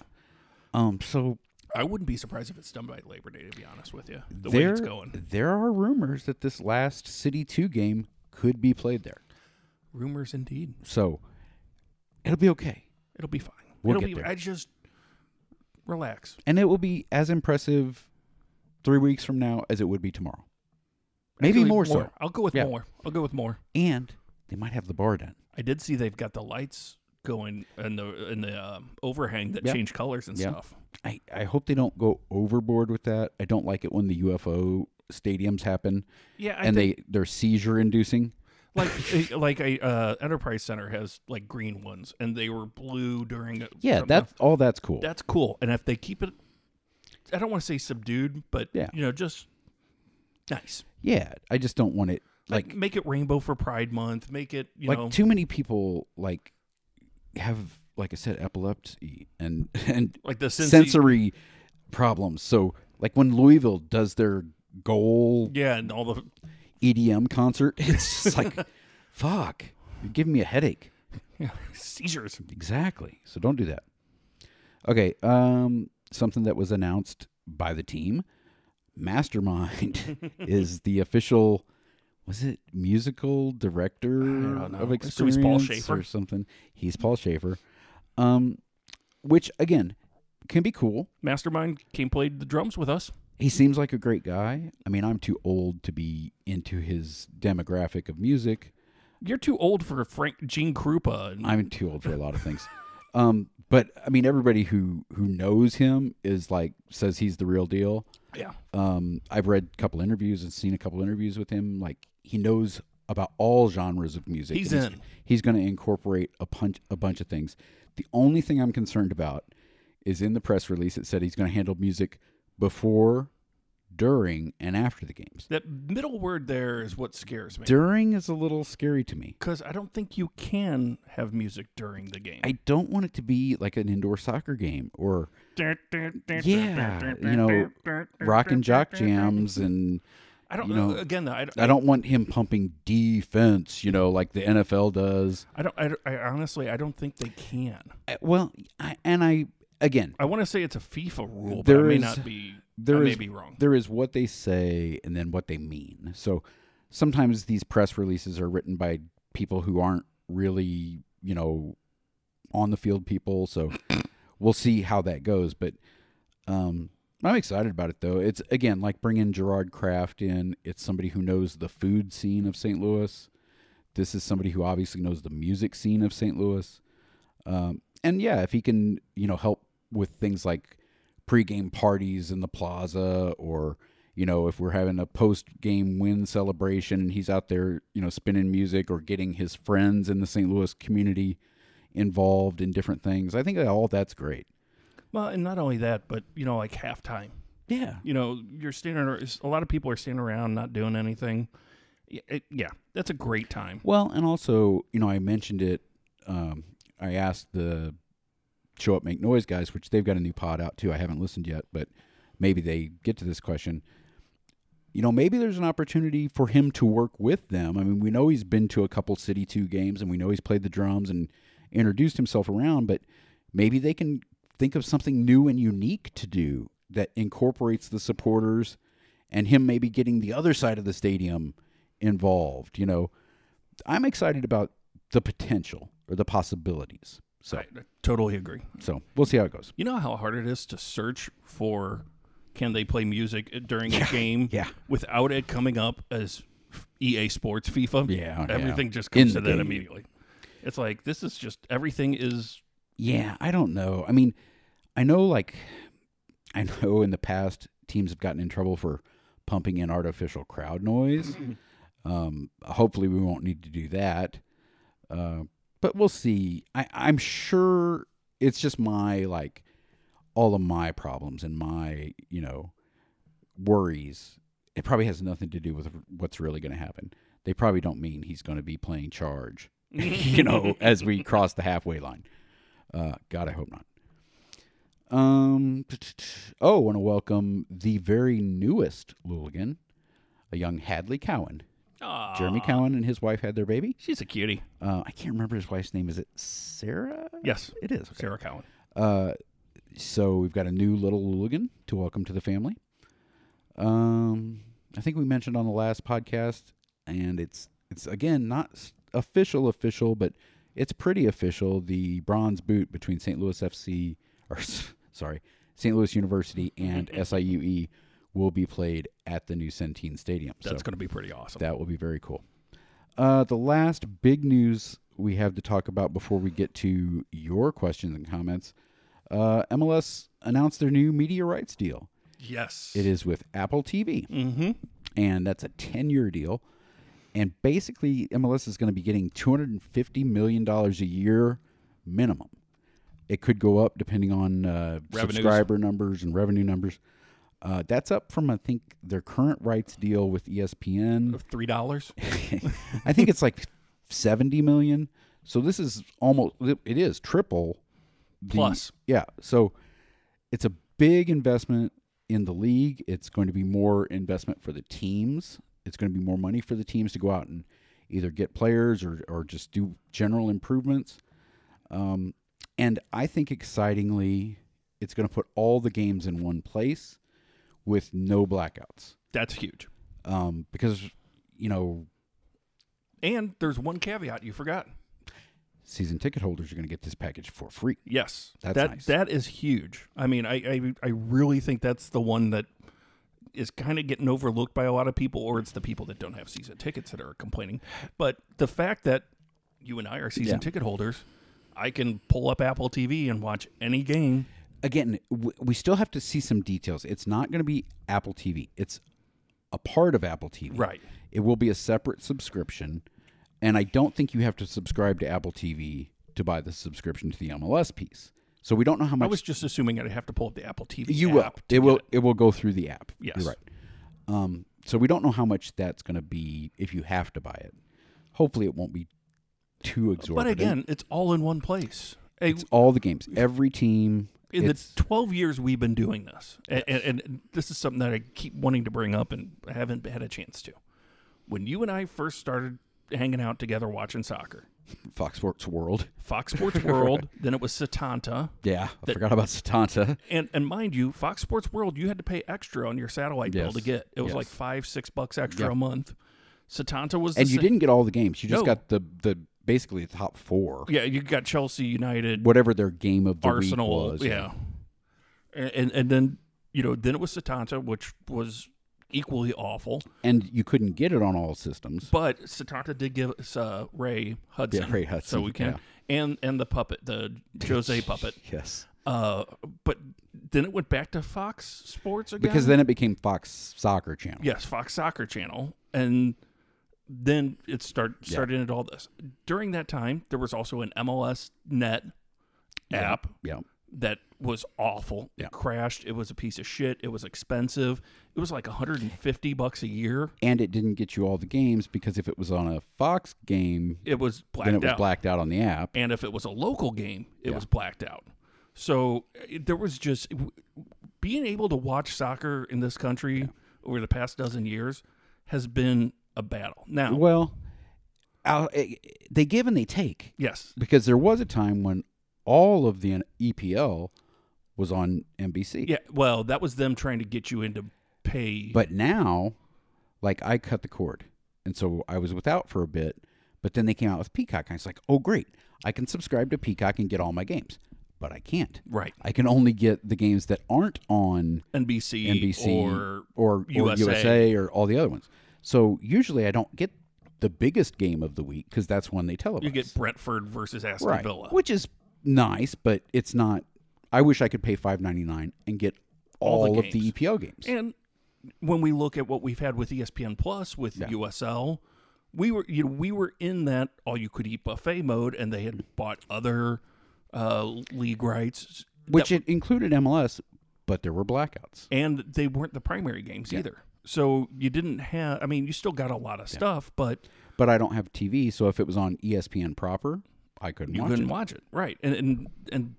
S3: Um. So
S2: I wouldn't be surprised if it's done by Labor Day. To be honest with you, the way
S3: there,
S2: it's going.
S3: there are rumors that this last City Two game could be played there.
S2: Rumors indeed.
S3: So it'll be okay,
S2: It'll be fine.
S3: We'll
S2: It'll
S3: get
S2: be.
S3: there.
S2: I just relax.
S3: and it will be as impressive three weeks from now as it would be tomorrow. Maybe
S2: Actually,
S3: more, so.
S2: I'll go with
S3: Yeah.
S2: more. I'll go with more.
S3: And they might have the bar done.
S2: I did see they've got the lights going and the and the um, overhang that
S3: Yeah.
S2: change colors and
S3: Yeah.
S2: stuff.
S3: I, I hope they don't go overboard with that. I don't like it when the UFO stadiums happen
S2: Yeah, I
S3: and
S2: think,
S3: they they're seizure inducing.
S2: like like a uh, Enterprise Center has like green ones, and they were blue during. it
S3: Yeah,
S2: from the-
S3: that's all. That's cool.
S2: that's cool. And if they keep it, I don't want to say subdued, but
S3: Yeah.
S2: you know, just nice.
S3: Yeah, I just don't want it like
S2: make it rainbow for Pride Month. Make it you
S3: like
S2: know
S3: too many people like have like I said epilepsy and and
S2: like the Cincy-
S3: sensory problems. So like when Louisville does their goal
S2: Yeah, and all the
S3: EDM concert, it's just like fuck, you're giving me a headache.
S2: seizures.
S3: Exactly. So don't do that. Okay, um something that was announced by the team, Mastermind is the official was it musical director
S2: don't know.
S3: of experience
S2: So he's Paul
S3: or
S2: Schaefer?
S3: something? He's Paul Schaefer. Um which again can be cool.
S2: Mastermind came played the drums with us.
S3: He seems like a great guy. I mean, I'm too old to be into his demographic of music.
S2: You're too old for Frank Gene Krupa. And
S3: I'm too old for a lot of things. Um, but I mean, everybody who who knows him is like says he's the real deal.
S2: yeah,
S3: Um, I've read a couple interviews and seen a couple interviews with him. Like he knows about all genres of music.
S2: He's
S3: and
S2: in.
S3: He's going to incorporate a punch a bunch of things. The only thing I'm concerned about is in the press release. It said he's going to handle music before, during, and after the games.
S2: That middle word there is what scares me.
S3: During is a little scary to me.
S2: Because I don't think you can have music during the game.
S3: I don't want it to be like an indoor soccer game or yeah,
S2: yeah,
S3: you know, rock and jock jams and
S2: I don't
S3: you
S2: know.
S3: know,
S2: Again, though, I, don't-
S3: I don't want him pumping defense, you know, like the NFL does.
S2: I don't. I, don't- I honestly, I don't think they can.
S3: I- Well, I, and I again,
S2: I want to say it's a FIFA rule, but
S3: There
S2: I may
S3: is-
S2: not be.
S3: there
S2: I may
S3: is-
S2: be wrong.
S3: there is what they say and then what they mean. So sometimes these press releases are written by people who aren't really, you know, on the field people. So we'll see how that goes. But um, I'm excited about it though. It's again like bringing Gerard Kraft in. It's somebody who knows the food scene of St. Louis. This is somebody who obviously knows the music scene of St. Louis. Um, and yeah, if he can, you know, help with things like pregame parties in the plaza or you know if we're having a post-game win celebration and he's out there you know spinning music or getting his friends in the st louis community involved in different things i think that all that's great
S2: Well, and not only that, but you know, like halftime.
S3: yeah
S2: You know, you're standing. ar- A lot of people are standing around, not doing anything. Y- it- yeah, that's a great time.
S3: Well, and also, you know, I mentioned it. Um, I asked the Show Up Make Noise guys, which they've got a new pod out too. I haven't listened yet, but maybe they get to this question. You know, maybe there's an opportunity for him to work with them. I mean, we know he's been to a couple City 2 games and we know he's played the drums and introduced himself around, but maybe they can think of something new and unique to do that incorporates the supporters and him maybe getting the other side of the stadium involved, you know. I'm excited about the potential or the possibilities. So,
S2: I totally agree.
S3: so we'll see how it goes.
S2: You know how hard it is to search for can they play music eh, during a game
S3: yeah.
S2: without it coming up as EA Sports FIFA?
S3: Yeah, yeah.
S2: Everything just comes to
S3: In the
S2: that
S3: game.
S2: immediately. It's like this is just everything is
S3: Yeah, I don't know. I mean, I know like I know in the past teams have gotten in trouble for pumping in artificial crowd noise. um, hopefully, we won't need to do that. Uh, but we'll see. I, I'm sure it's just my like all of my problems and my you know worries. It probably has nothing to do with what's really going to happen. They probably don't mean he's going to be playing charge, you know, as we cross the halfway line. Uh, God, I hope not. Um, oh, want to welcome the very newest Luligan, a young Hadley Cowan.
S2: Aw,
S3: Jeremy Cowan and his wife had their baby.
S2: ah, She's a cutie.
S3: Uh, I can't remember his wife's name. Is it Sarah?
S2: Yes,
S3: it is. Okay.
S2: Sarah Cowan.
S3: Uh, so we've got a new little Luligan to welcome to the family. Um, I think we mentioned on the last podcast, and it's it's again not s- official official, but it's pretty official. The bronze boot between St. Louis FC, or s- sorry, St. Louis University and SIUE E will be played at the new Centene Stadium. So-
S2: That's going to be pretty awesome.
S3: that will be very cool. Uh, the last big news we have to talk about before we get to your questions and comments uh, MLS announced their new media rights deal.
S2: yes.
S3: It is with Apple TV,
S2: Mm-hmm.
S3: and that's a 10 year deal. And basically, MLS is going to be getting $250 million a year minimum. It could go up depending on uh,
S2: Revenues.
S3: subscriber numbers and revenue numbers. Uh, that's up from, I think, their current rights deal with E ESPN.
S2: Three dollars.
S3: I think it's like 70 million. So this is almost it is triple the-
S2: Plus.
S3: Yeah. So it's a big investment in the league. It's going to be more investment for the teams. It's going to be more money for the teams to go out and either get players or or just do general improvements. Um, and I think excitingly, it's going to put all the games in one place with no blackouts.
S2: That's huge.
S3: Um, because you know
S2: And there's one caveat you forgot.
S3: season ticket holders are going to get this package for free.
S2: Yes,
S3: That's
S2: that
S3: nice.
S2: that is huge. I mean, I, I I really think that's the one that is kind of getting overlooked by a lot of people, or it's the people that don't have season tickets that are complaining. But the fact that you and I are season
S3: Yeah.
S2: ticket holders, I can pull up Apple TV and watch any game.
S3: Again, w- we still have to see some details. It's not going to be Apple TV. It's a part of Apple TV.
S2: Right.
S3: It will be a separate subscription, and I don't think you have to subscribe to Apple TV to buy the subscription to the MLS piece. So we don't know how
S2: I
S3: much
S2: was just assuming I'd have to pull up the Apple TV.
S3: you
S2: app
S3: will. It will. It will go through the app.
S2: Yes.
S3: You're right. Um, so we don't know how much that's going to be if you have to buy it. Hopefully, it won't be too exorbitant.
S2: But again, it's all in one place. Hey,
S3: it's all the games, every team.
S2: in the
S3: it's,
S2: 12 years we've been doing this, a- and, and, this is something that I keep wanting to bring up and I haven't had a chance to. When you and I first started hanging out together watching soccer,
S3: Fox Sports World.
S2: Fox Sports World, then it was Satanta.
S3: Yeah, I forgot about Satanta.
S2: And, and mind you, Fox Sports World, you had to pay extra on your satellite bill
S3: Yes.
S2: to get. It was
S3: Yes.
S2: like five, six bucks extra a month. Satanta was the
S3: And you
S2: sa-
S3: didn't get all the games. You just
S2: No.
S3: got the the basically the top four,
S2: Yeah, you got Chelsea United,
S3: whatever their game of the
S2: Arsenal,
S3: week was.
S2: yeah. And, and and then you know then it was Satanta, which was equally awful.
S3: and you couldn't get it on all systems.
S2: But Satanta did give us uh, Ray Hudson,
S3: Yeah, Ray Hudson,
S2: so we can and and the puppet, the Jose puppet.
S3: yes,
S2: Uh, but then it went back to Fox Sports again
S3: because then it became Fox Soccer Channel.
S2: yes, Fox Soccer Channel, and then it start started into all this. During that time, there was also an MLS Net app
S3: yeah.
S2: that was awful.
S3: Yeah.
S2: It crashed. It was a piece of shit. It was expensive. It was like 150 bucks a year.
S3: and it didn't get you all the games because if it was on a Fox game,
S2: It was blacked
S3: then it was
S2: out.
S3: blacked out on the app.
S2: and if it was a local game, it was blacked out. So it, there was just w- being able to watch soccer in this country over the past dozen years has been a battle. Now,
S3: Well, I'll- it- it- they give and they take
S2: yes,
S3: because there was a time when all of the EPL was on NBC.
S2: yeah. Well, that was them trying to get you into pay.
S3: But now, like I cut the cord, and so I was without for a bit. But then they came out with Peacock, and I was like, "Oh, great! I can subscribe to Peacock and get all my games." But I can't.
S2: right,
S3: I can only get the games that aren't on
S2: NBC,
S3: NBC
S2: E or
S3: or
S2: USA.
S3: USA or all the other ones. So usually I don't get the biggest game of the week because that's when they televise.
S2: you get Brentford versus Aston
S3: right,
S2: Villa.
S3: which is nice, but it's not. I wish I could pay five ninety nine and get all,
S2: All the
S3: of the EPL games.
S2: And when we look at what we've had with E ESPN Plus, with USL, we were you know we were in that all you could eat buffet mode, and they had bought other uh, league rights,
S3: which it included MLS, but there were blackouts.
S2: and they weren't the primary games either. So you didn't have. I mean, you still got a lot of stuff, but
S3: But I don't have TV, so if it was on E ESPN proper, I couldn't
S2: you
S3: watch
S2: couldn't
S3: it.
S2: watch it, right? And and and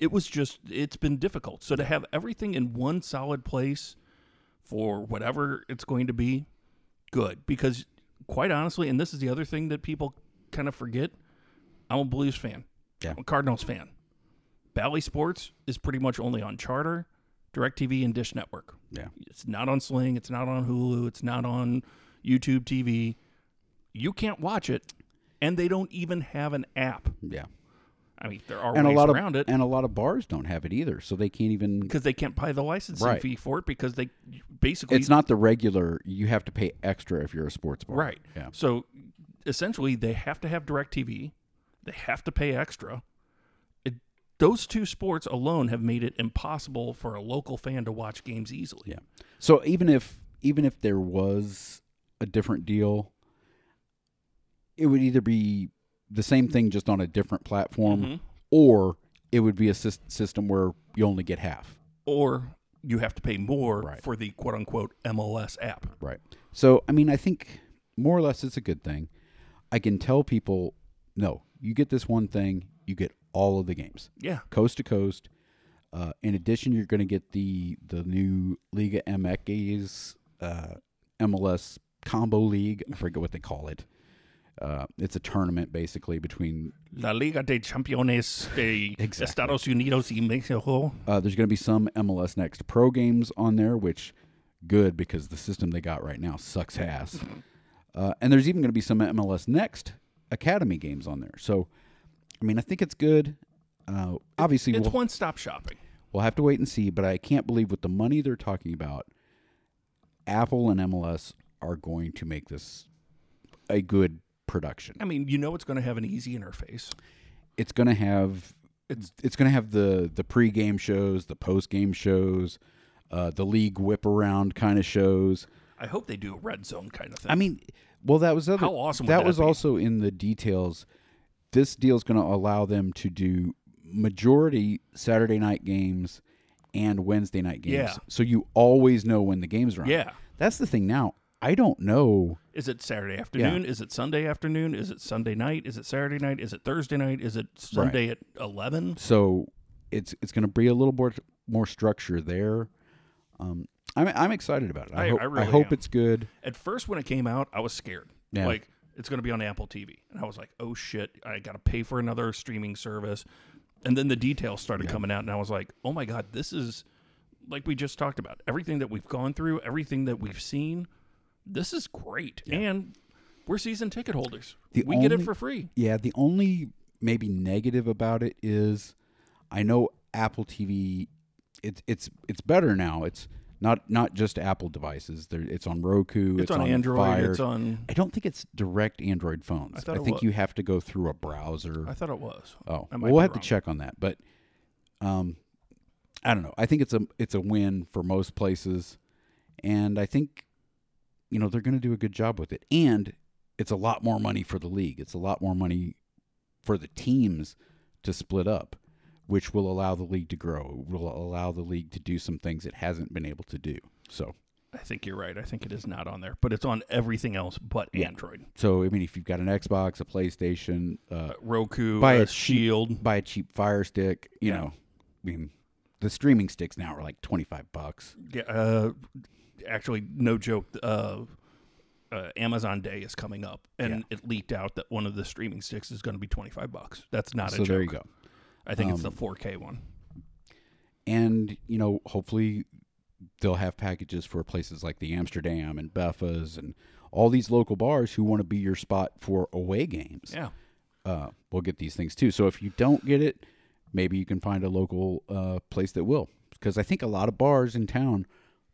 S2: it was just it's been difficult. So to have everything in one solid place for whatever it's going to be, good. Because quite honestly, and this is the other thing that people kind of forget, I'm a Blues fan.
S3: Yeah.
S2: I'm a Cardinals fan. Bally Sports is pretty much only on Charter, DirecTV, and Dish Network.
S3: Yeah.
S2: It's not on Sling. It's not on Hulu. It's not on YouTube TV. You can't watch it, and they don't even have an app.
S3: Yeah,
S2: I mean, there are
S3: and a
S2: ways
S3: lot of
S2: around it
S3: and a lot of bars don't have it either, so they can't even
S2: because they can't pay the licensing
S3: Right.
S2: fee for it because they basically
S3: It's not the regular. You have to pay extra if you're a sports bar.
S2: right.
S3: Yeah.
S2: So essentially, they have to have Directv. They have to pay extra. It, those two sports alone have made it impossible for a local fan to watch games easily.
S3: Yeah. So even if even if there was a different deal, it would either be the same thing just on a different platform,
S2: Mm-hmm.
S3: or it would be a sys- system where you only get half.
S2: Or you have to pay more
S3: Right.
S2: for the quote unquote MLS app.
S3: Right. So I mean, I think more or less it's a good thing. I can tell people, no, you get this one thing, you get all of the games.
S2: Yeah.
S3: coast to coast. Uh, in addition, you're going to get the the new Liga MX uh, MLS combo league. I forget what they call it. Uh, it's a tournament basically between.
S2: La Liga de Campeones de
S3: Exactly.
S2: Estados Unidos y Mexico.
S3: Uh, there's going to be some MLS Next Pro games on there, which good because the system they got right now sucks ass.
S2: Mm-hmm.
S3: Uh, and there's even going to be some MLS Next Academy games on there. So, I mean, I think it's good. Uh, obviously,
S2: It's
S3: we'll,
S2: one stop shopping.
S3: We'll have to wait and see, but I can't believe with the money they're talking about, Apple and MLS are going to make this a good production.
S2: I mean, you know it's going to have an easy interface.
S3: It's going to have it's,
S2: It's-
S3: going to have the the pregame shows, the postgame shows, uh, the league whip around kind of shows.
S2: I hope they do a red zone kind of thing.
S3: I mean, well, that was other.
S2: How awesome would
S3: That
S2: that
S3: was
S2: be?
S3: also in the details. This deal is going to allow them to do majority Saturday night games and Wednesday night games.
S2: Yeah.
S3: So you always know when the games are on.
S2: Yeah.
S3: That's the thing now. I don't know.
S2: Is it Saturday afternoon? Is it Sunday afternoon? Is it Sunday night? Is it Saturday night? Is it Thursday night? Is it Sunday at eleven?
S3: So it's it's going to be a little more more structure there. Um, I'm I'm excited about it. I,
S2: I-
S3: hope
S2: I really
S3: hope
S2: am.
S3: it's good.
S2: At first, when it came out, I was scared.
S3: Yeah.
S2: Like it's going to be on Apple TV, and I was like, "Oh shit, I got to pay for another streaming service." And then the details started coming out, and I was like, "Oh my god, this is like we just talked about everything that we've gone through, everything that we've seen. This is great, and we're season ticket holders.
S3: The
S2: we get it
S3: only-
S2: for free.
S3: Yeah, the only maybe negative about it is I know Apple TV it's it's it's better now. It's not not just Apple devices. There it's on Roku, it's,
S2: It's, on, Android.
S3: Fire.
S2: It's on.
S3: I don't think it's direct Android phones. I,
S2: thought it
S3: think
S2: was.
S3: you have to go through a browser.
S2: I thought it was.
S3: oh,
S2: I might
S3: we'll
S2: be
S3: have
S2: wrong.
S3: to check on that, but um I don't know. I think it's a it's a win for most places and I think you know they're going to do a good job with it. And it's a lot more money for the league. It's a lot more money for the teams to split up, which will allow the league to grow. It will allow the league to do some things it hasn't been able to do. So,
S2: I think you're right. I think it is not on there, but it's on everything else but Android.
S3: so I mean, if you've got an Xbox, a PlayStation, uh,
S2: Roku,
S3: Buy
S2: uh,
S3: a cheap-
S2: Shield.
S3: buy a cheap Fire Stick, you
S2: Yeah.
S3: know, I mean, the streaming sticks now are like twenty five bucks.
S2: Yeah, uh, actually, no joke. Uh, uh, Amazon Day is coming up, and it leaked out that one of the streaming sticks is going to be twenty five bucks. That's not a
S3: So
S2: joke.
S3: there you go. Um,
S2: I think it's the four K one.
S3: and you know hopefully they'll have packages for places like the amsterdam and beffa's and all these local bars who want to be your spot for away games
S2: Yeah,
S3: uh, we'll get these things too so if you don't get it maybe you can find a local uh, place that will because i think a lot of bars in town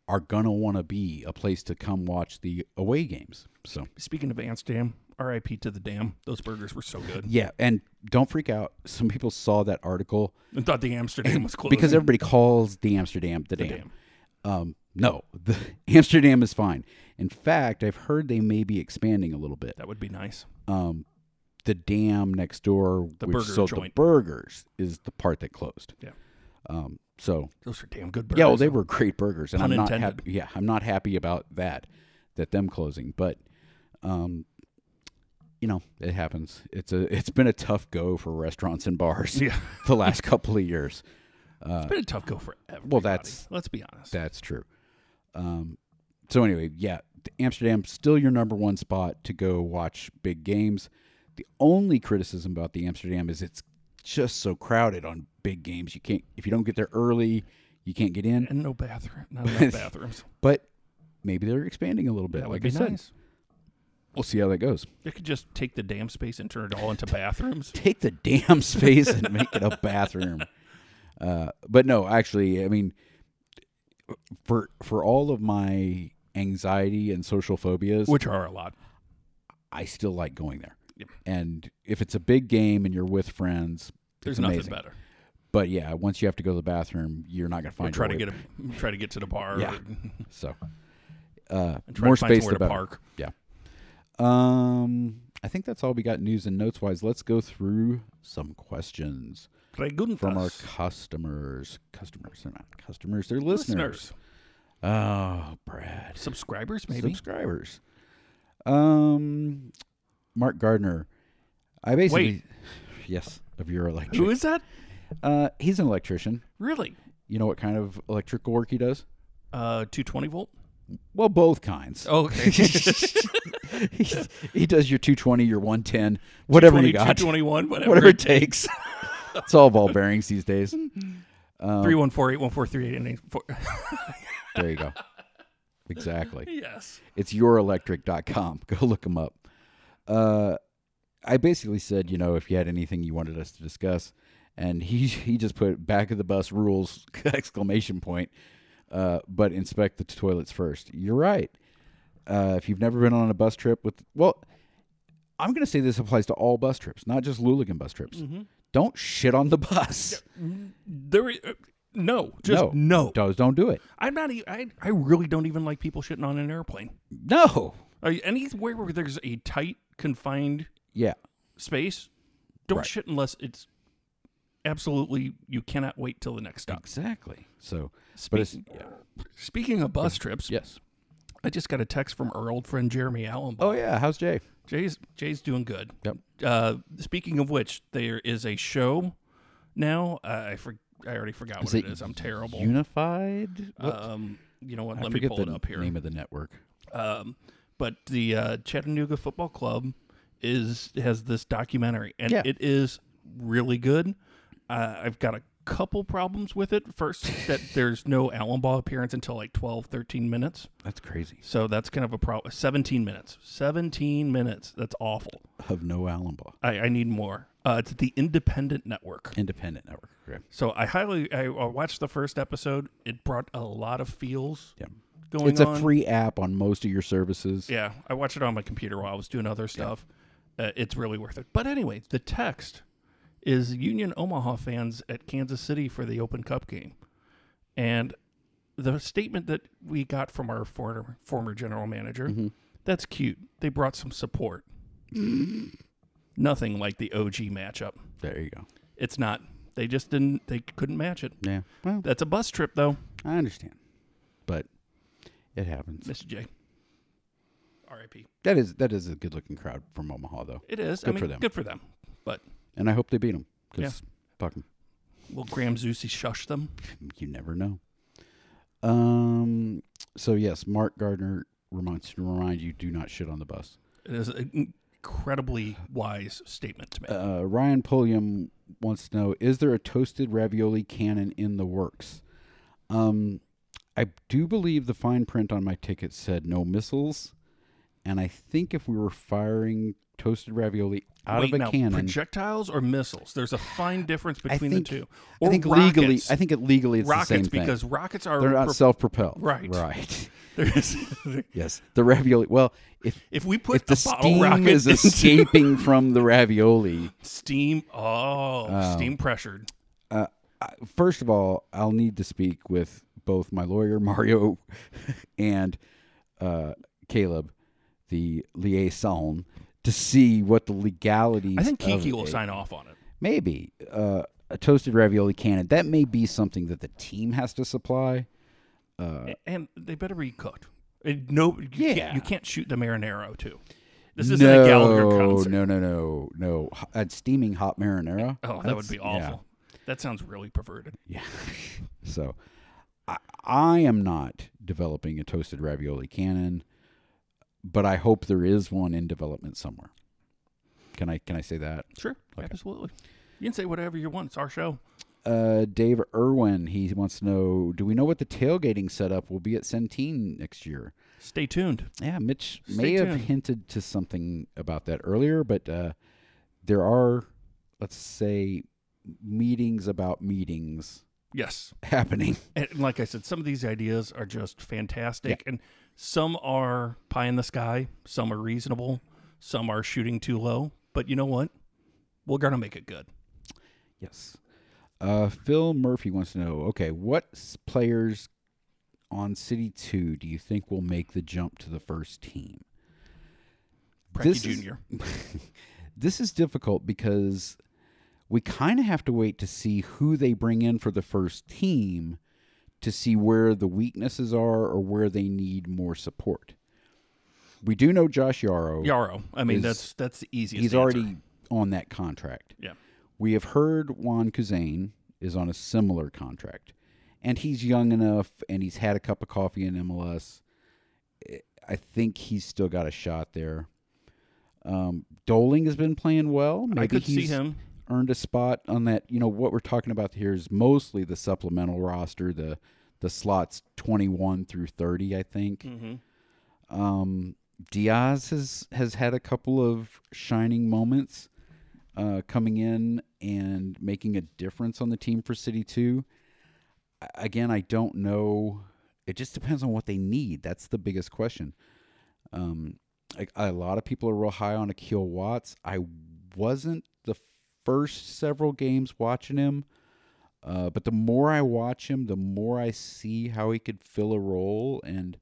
S3: are gonna want to be a place to come watch the away games so
S2: speaking of Amsterdam, R.I.P. to the dam. Those burgers were so good.
S3: yeah and don't freak out some people saw that article
S2: I thought the Amsterdam was closed
S3: because everybody calls the Amsterdam the, dam.
S2: dam.
S3: Um, no, the Amsterdam is fine. In fact, I've heard they may be expanding a little bit.
S2: that would be nice.
S3: Um, the dam next door,
S2: The
S3: which
S2: burger
S3: sold the
S2: joint.
S3: burgers, is the part that closed.
S2: Yeah.
S3: Um, so
S2: Those are damn good burgers.
S3: yeah, well, they were great burgers, and
S2: Pun
S3: I'm not
S2: intended.
S3: happy. Yeah, I'm not happy about that, that them closing. But, um, you know, it happens. It's a it's been a tough go for restaurants and bars
S2: Yeah.
S3: the last couple of years.
S2: it's been a tough go for everybody.
S3: Well, that's-
S2: let's be honest.
S3: That's true. Um, so anyway, yeah, th- Amsterdam's still your number one spot to go watch big games. The only criticism about the Amsterdam is it's just so crowded on big games. You can't if you don't get there early, you can't get in.
S2: and no bathroom, not enough bathrooms.
S3: But maybe they're expanding a little bit.
S2: That
S3: like
S2: would be
S3: I said,
S2: nice.
S3: we'll see how that goes.
S2: They could just take the damn space and turn it all into bathrooms.
S3: Take the damn space and make it a bathroom. Uh, but no, actually, I mean, for for all of my anxiety and social phobias,
S2: which are a lot.
S3: I still like going there.
S2: Yep.
S3: And if it's a big game and you're with friends,
S2: There's
S3: it's
S2: nothing
S3: amazing.
S2: better.
S3: But yeah, once you have to go to the bathroom, you're not going to find.
S2: Try
S3: your
S2: to
S3: way
S2: get a, try to get to the bar.
S3: Yeah.
S2: or-
S3: back. so uh,
S2: and try
S3: more
S2: to find
S3: space
S2: somewhere to
S3: the better.
S2: park.
S3: Yeah. Um, I think that's all we got news and notes wise. Let's go through some questions
S2: Preguntas.
S3: from our customers. Customers, they're not customers, they're listeners.
S2: listeners,
S3: Oh, Brad.
S2: subscribers, maybe.
S3: subscribers. Um, Mark Gardner. I basically yes of your electric.
S2: Who is that?
S3: uh, he's an electrician.
S2: Really?
S3: You know what kind of electrical work he does?
S2: Uh, 220 volt.
S3: Well, both kinds.
S2: Oh, okay.
S3: He's- he does your 220, your 110, whatever you got,
S2: 221, whatever.
S3: whatever it takes. it's all ball bearings these days. Oh.
S2: 314 814
S3: There you go. Exactly.
S2: Yes.
S3: It's yourelectric.com. Go look them up. Uh, I basically said, you know, if you had anything you wanted us to discuss, and he he just put back of the bus rules exclamation point. Uh, but inspect the toilets first. You're right. Uh, if you've never been on a bus trip with, well, I'm going to say this applies to all bus trips, not just Luligan bus trips. Don't shit on the bus.
S2: There, i- uh, No, just no.
S3: Those don't do it.
S2: I'm not. e- I I really don't even like people shitting on an airplane.
S3: No.
S2: Are you- Anywhere where there's a tight, confined
S3: Yeah.
S2: space, don't shit unless it's absolutely you cannot wait till the next stop.
S3: Exactly. So, but it's
S2: Speaking, yeah. Speaking of bus trips,
S3: yes.
S2: I just got a text from our old friend Jeremy Allen.
S3: Oh yeah. How's Jay?
S2: Jay's Jay's doing good.
S3: Yep.
S2: Uh, speaking of which, there is a show now. I for, I already forgot what
S3: it
S2: it is. I'm terrible.
S3: Unified. What?
S2: um, you know what?
S3: I
S2: Oh. Let me
S3: forget
S2: pull
S3: the
S2: it up here.
S3: name of the network.
S2: Um, but the uh, Chattanooga Football Club is has this documentary, and
S3: Yeah.
S2: it is really good. Uh, I've got a couple problems with it. First, that there's no Allenbaugh appearance until like 12, 13 minutes.
S3: That's crazy.
S2: So that's kind of a problem. 17 minutes. 17 minutes. That's awful.
S3: Of no Allenbaugh.
S2: I, I need more. Uh, it's the Independent Network.
S3: Independent network. Okay.
S2: So I highly I uh, watched the first episode. It brought a lot of feels
S3: Yeah.
S2: going
S3: It's a
S2: on.
S3: free app on most of your services.
S2: Yeah, I watched it on my computer while I was doing other stuff. Uh, it's really worth it. But anyway, the text is Union Omaha fans at Kansas City for the Open Cup game, and the statement that we got from our former former general manager,
S3: Mm-hmm.
S2: that's cute. They brought some support. Nothing like the OG matchup.
S3: There you go.
S2: It's not. They just didn't. They couldn't match it.
S3: Yeah. Well,
S2: That's a bus trip though,
S3: I understand, but it happens.
S2: Mr. J. R.I.P.
S3: That is that is a good looking crowd from Omaha though,
S2: It is. I
S3: Good
S2: mean,
S3: for them.
S2: good for them. But
S3: and I hope they beat them.
S2: Yeah.
S3: fuck 'em.
S2: Will Graham Zusi shush them?
S3: you never know. Um. So yes, Mark Gardner reminds remind you do not shit on the bus.
S2: It is an incredibly wise statement to make.
S3: Uh, Ryan Pulliam wants to know: Is there a toasted ravioli cannon in the works? Um, I do believe the fine print on my ticket said no missiles, and I think if we were firing toasted ravioli out
S2: Wait,
S3: of a
S2: now,
S3: cannon,
S2: projectiles or missiles? There's a fine difference
S3: I
S2: between
S3: think,
S2: the two.
S3: I think legally, I think it legally it's
S2: rockets
S3: the same thing.
S2: because rockets are
S3: They're not
S2: pro-
S3: self-propelled,
S2: Right.
S3: Right.
S2: there's-
S3: yes, the ravioli. Well, if
S2: if we put
S3: if the
S2: a bottle
S3: steam
S2: rocket
S3: is
S2: into
S3: escaping from the ravioli,
S2: steam, oh, steam pressured.
S3: uh, I- first of all, I'll need to speak with both my lawyer Mario and uh, Caleb, the liaison, to see what the legalities.
S2: I think
S3: of
S2: Kiki will
S3: it-
S2: sign off on it.
S3: Maybe uh, a toasted ravioli cannon. That may be something that the team has to supply.
S2: A- and they better be cooked. It- no, you,
S3: Uh, Yeah.
S2: can't, you can't shoot the marinero too. This isn't a Gallagher concert.
S3: No, no, no, no. H- A steaming hot marinara.
S2: Oh, that would
S3: That's-
S2: be
S3: yeah.
S2: awful. That sounds really perverted.
S3: Yeah. so I, I am not developing a toasted ravioli cannon, but I hope there is one in development somewhere. Can I can I say that?
S2: Sure, absolutely. You can say whatever you want. It's our show.
S3: Uh, Dave Irwin, he wants to know, do we know what the tailgating setup will be at Centene next year?
S2: Stay tuned.
S3: Yeah, Mitch may
S2: Stay
S3: have
S2: tuned.
S3: hinted to something about that earlier, but uh, there are, let's say, meetings about meetings
S2: Yes,
S3: happening.
S2: and like I said, some of these ideas are just fantastic, and some are pie in the sky, some are reasonable, some are shooting too low. But you know what? We're gonna make it good.
S3: Yes. Uh, Phil Murphy wants to know okay, what s- players on City 2 do you think will make the jump to the first team?
S2: Precky
S3: This is-
S2: Junior.
S3: This is difficult because we kind of have to wait to see who they bring in for the first team to see where the weaknesses are or where they need more support. We do know Josh Yarrow.
S2: Yarrow. I mean,
S3: is-
S2: that's that's the easiest.
S3: he's
S2: answer.
S3: already on that contract.
S2: yeah.
S3: We have heard Juan Kuzain is on a similar contract, and he's young enough, and he's had a cup of coffee in MLS. I- I think he's still got a shot there. Um, Doling has been playing well. Maybe
S2: I could see
S3: he's
S2: him.
S3: earned a spot on that. You know what we're talking about here is mostly the supplemental roster, the the slots twenty one through thirty. I think.
S2: hmm
S3: Um, Diaz has has had a couple of shining moments, uh, coming in and making a difference on the team for City Two. I- Again, I don't know. It just depends on what they need. That's the biggest question. Um, like a lot of people are real high on Akil Watts. I wasn't the first several games watching him. Uh, but the more I watch him, the more I see how he could fill a role, and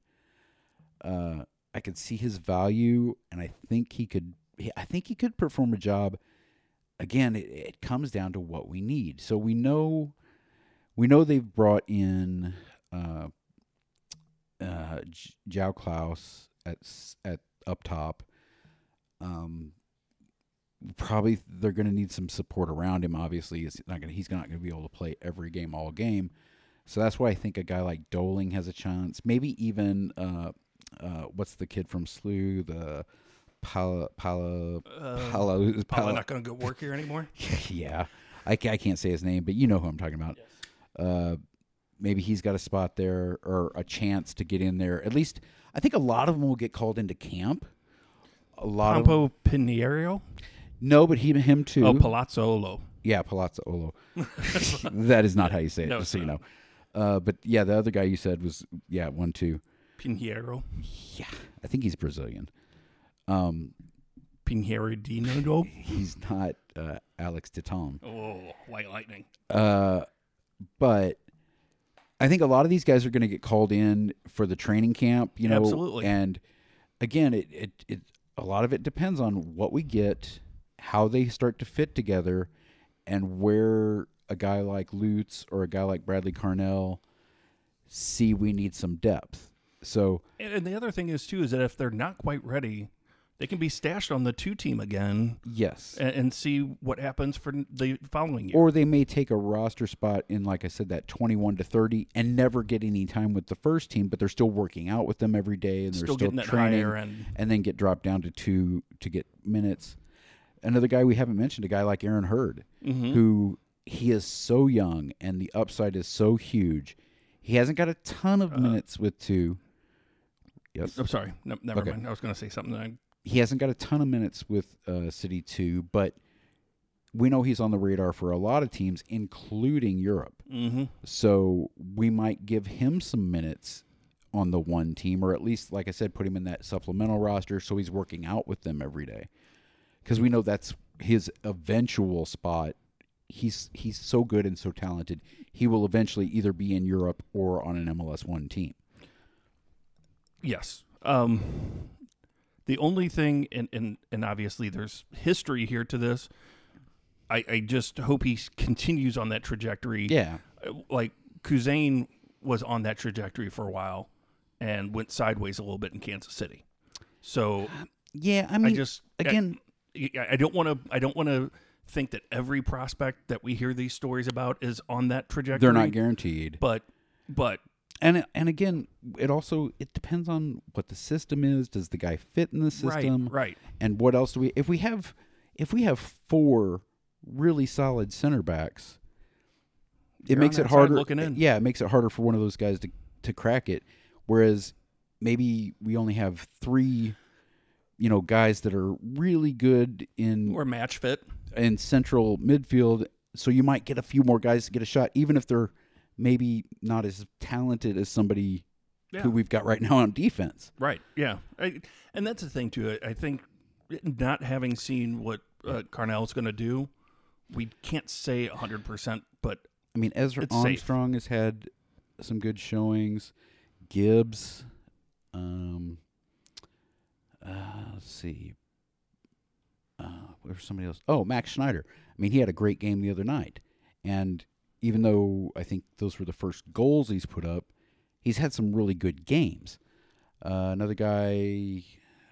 S3: uh, I could see his value, and I think he could. he- I think he could perform a job. Again, it, it comes down to what we need. So we know, we know they've brought in uh, uh, J- Jao Klaus at s- at up top. Um, probably they're going to need some support around him. Obviously, it's not going. He's not going to be able to play every game all game. So that's why I think a guy like Doling has a chance. Maybe even uh, uh, what's the kid from SLU? The Pala Pala
S2: Uh,
S3: Pala,
S2: Probably not going to go work here anymore.
S3: yeah, I, ca- I can't say his name, but you know who I'm talking about. Uh, maybe he's got a spot there or a chance to get in there. At least I think a lot of them will get called into camp. A lot of
S2: Campo Pinheiro?
S3: no, but he him too.
S2: Oh, Palazzolo.
S3: Yeah, Palazzo Olo. that is not how you say it,
S2: No,
S3: just
S2: it's
S3: so you know. Uh, but yeah, the other guy you said was yeah, one two.
S2: Pinheiro.
S3: Yeah, I think he's Brazilian. Um,
S2: Pinheiro Dino.
S3: he's not uh, Alex Tatum.
S2: Oh, White Lightning.
S3: Uh, but I think a lot of these guys are going to get called in for the training camp, you know.
S2: Absolutely.
S3: And again, it, it it a lot of it depends on what we get, how they start to fit together, and where a guy like Lutz or a guy like Bradley Carnell see we need some depth. So
S2: And, and the other thing is, too, is that if they're not quite ready, they can be stashed on the two team again
S3: yes,
S2: and, and see what happens for the following year.
S3: or they may take a roster spot in like i said that 21 to 30 and never get any time with the first team but they're still working out with them every day and they're
S2: Still
S3: still,
S2: getting that
S3: training
S2: higher end.
S3: and then get dropped down to two to get minutes another guy we haven't mentioned a guy like aaron hurd
S2: Mm-hmm.
S3: who he is so young and the upside is so huge he hasn't got a ton
S2: Uh,
S3: of minutes with two yes
S2: I'm sorry. No, never
S3: Okay.
S2: mind. I was going to say something. That I,
S3: he hasn't got a ton of minutes with uh, City 2, but we know he's on the radar for a lot of teams, including Europe.
S2: mm-hmm.
S3: So we might give him some minutes on the one team, or at least, like I said, put him in that supplemental roster so he's working out with them every day. Because we know that's his eventual spot. He's he's so good and so talented. He will eventually either be in Europe or on an MLS one team.
S2: Yes. Um, the only thing, and, and, and obviously there's history here to this. I, I just hope he s- continues on that trajectory.
S3: Yeah,
S2: Uh, Like, Kuzain was on that trajectory for a while and went sideways a little bit in Kansas City. So
S3: yeah. I
S2: I
S3: mean,
S2: just I,
S3: again-
S2: I- I don't want to. I don't want to think that every prospect that we hear these stories about is on that trajectory.
S3: they're not guaranteed.
S2: But but
S3: and and again it also it depends on what the system is does the guy fit in the system
S2: right right.
S3: and what else do we if we have if we have four really solid center backs it
S2: You're
S3: makes
S2: on
S3: it
S2: that side
S3: harder
S2: looking in.
S3: yeah it makes it harder for one of those guys to to crack it whereas maybe we only have three you know guys that are really good in
S2: Or match fit.
S3: in central midfield. So you might get a few more guys to get a shot, even if they're maybe not as talented as somebody
S2: Yeah.
S3: who we've got right now on defense.
S2: Right. Yeah. I, and that's the thing too. I, I think not having seen what uh, Carnell's going to do, we can't say hundred percent. But
S3: I mean, Ezra
S2: It's safe.
S3: Armstrong has had some good showings. Gibbs, um, uh, let's see, uh, there's somebody else. Oh, Max Schneider. I mean, he had a great game the other night, and even though I think those were the first goals he's put up, he's had some really good games. Uh, another guy,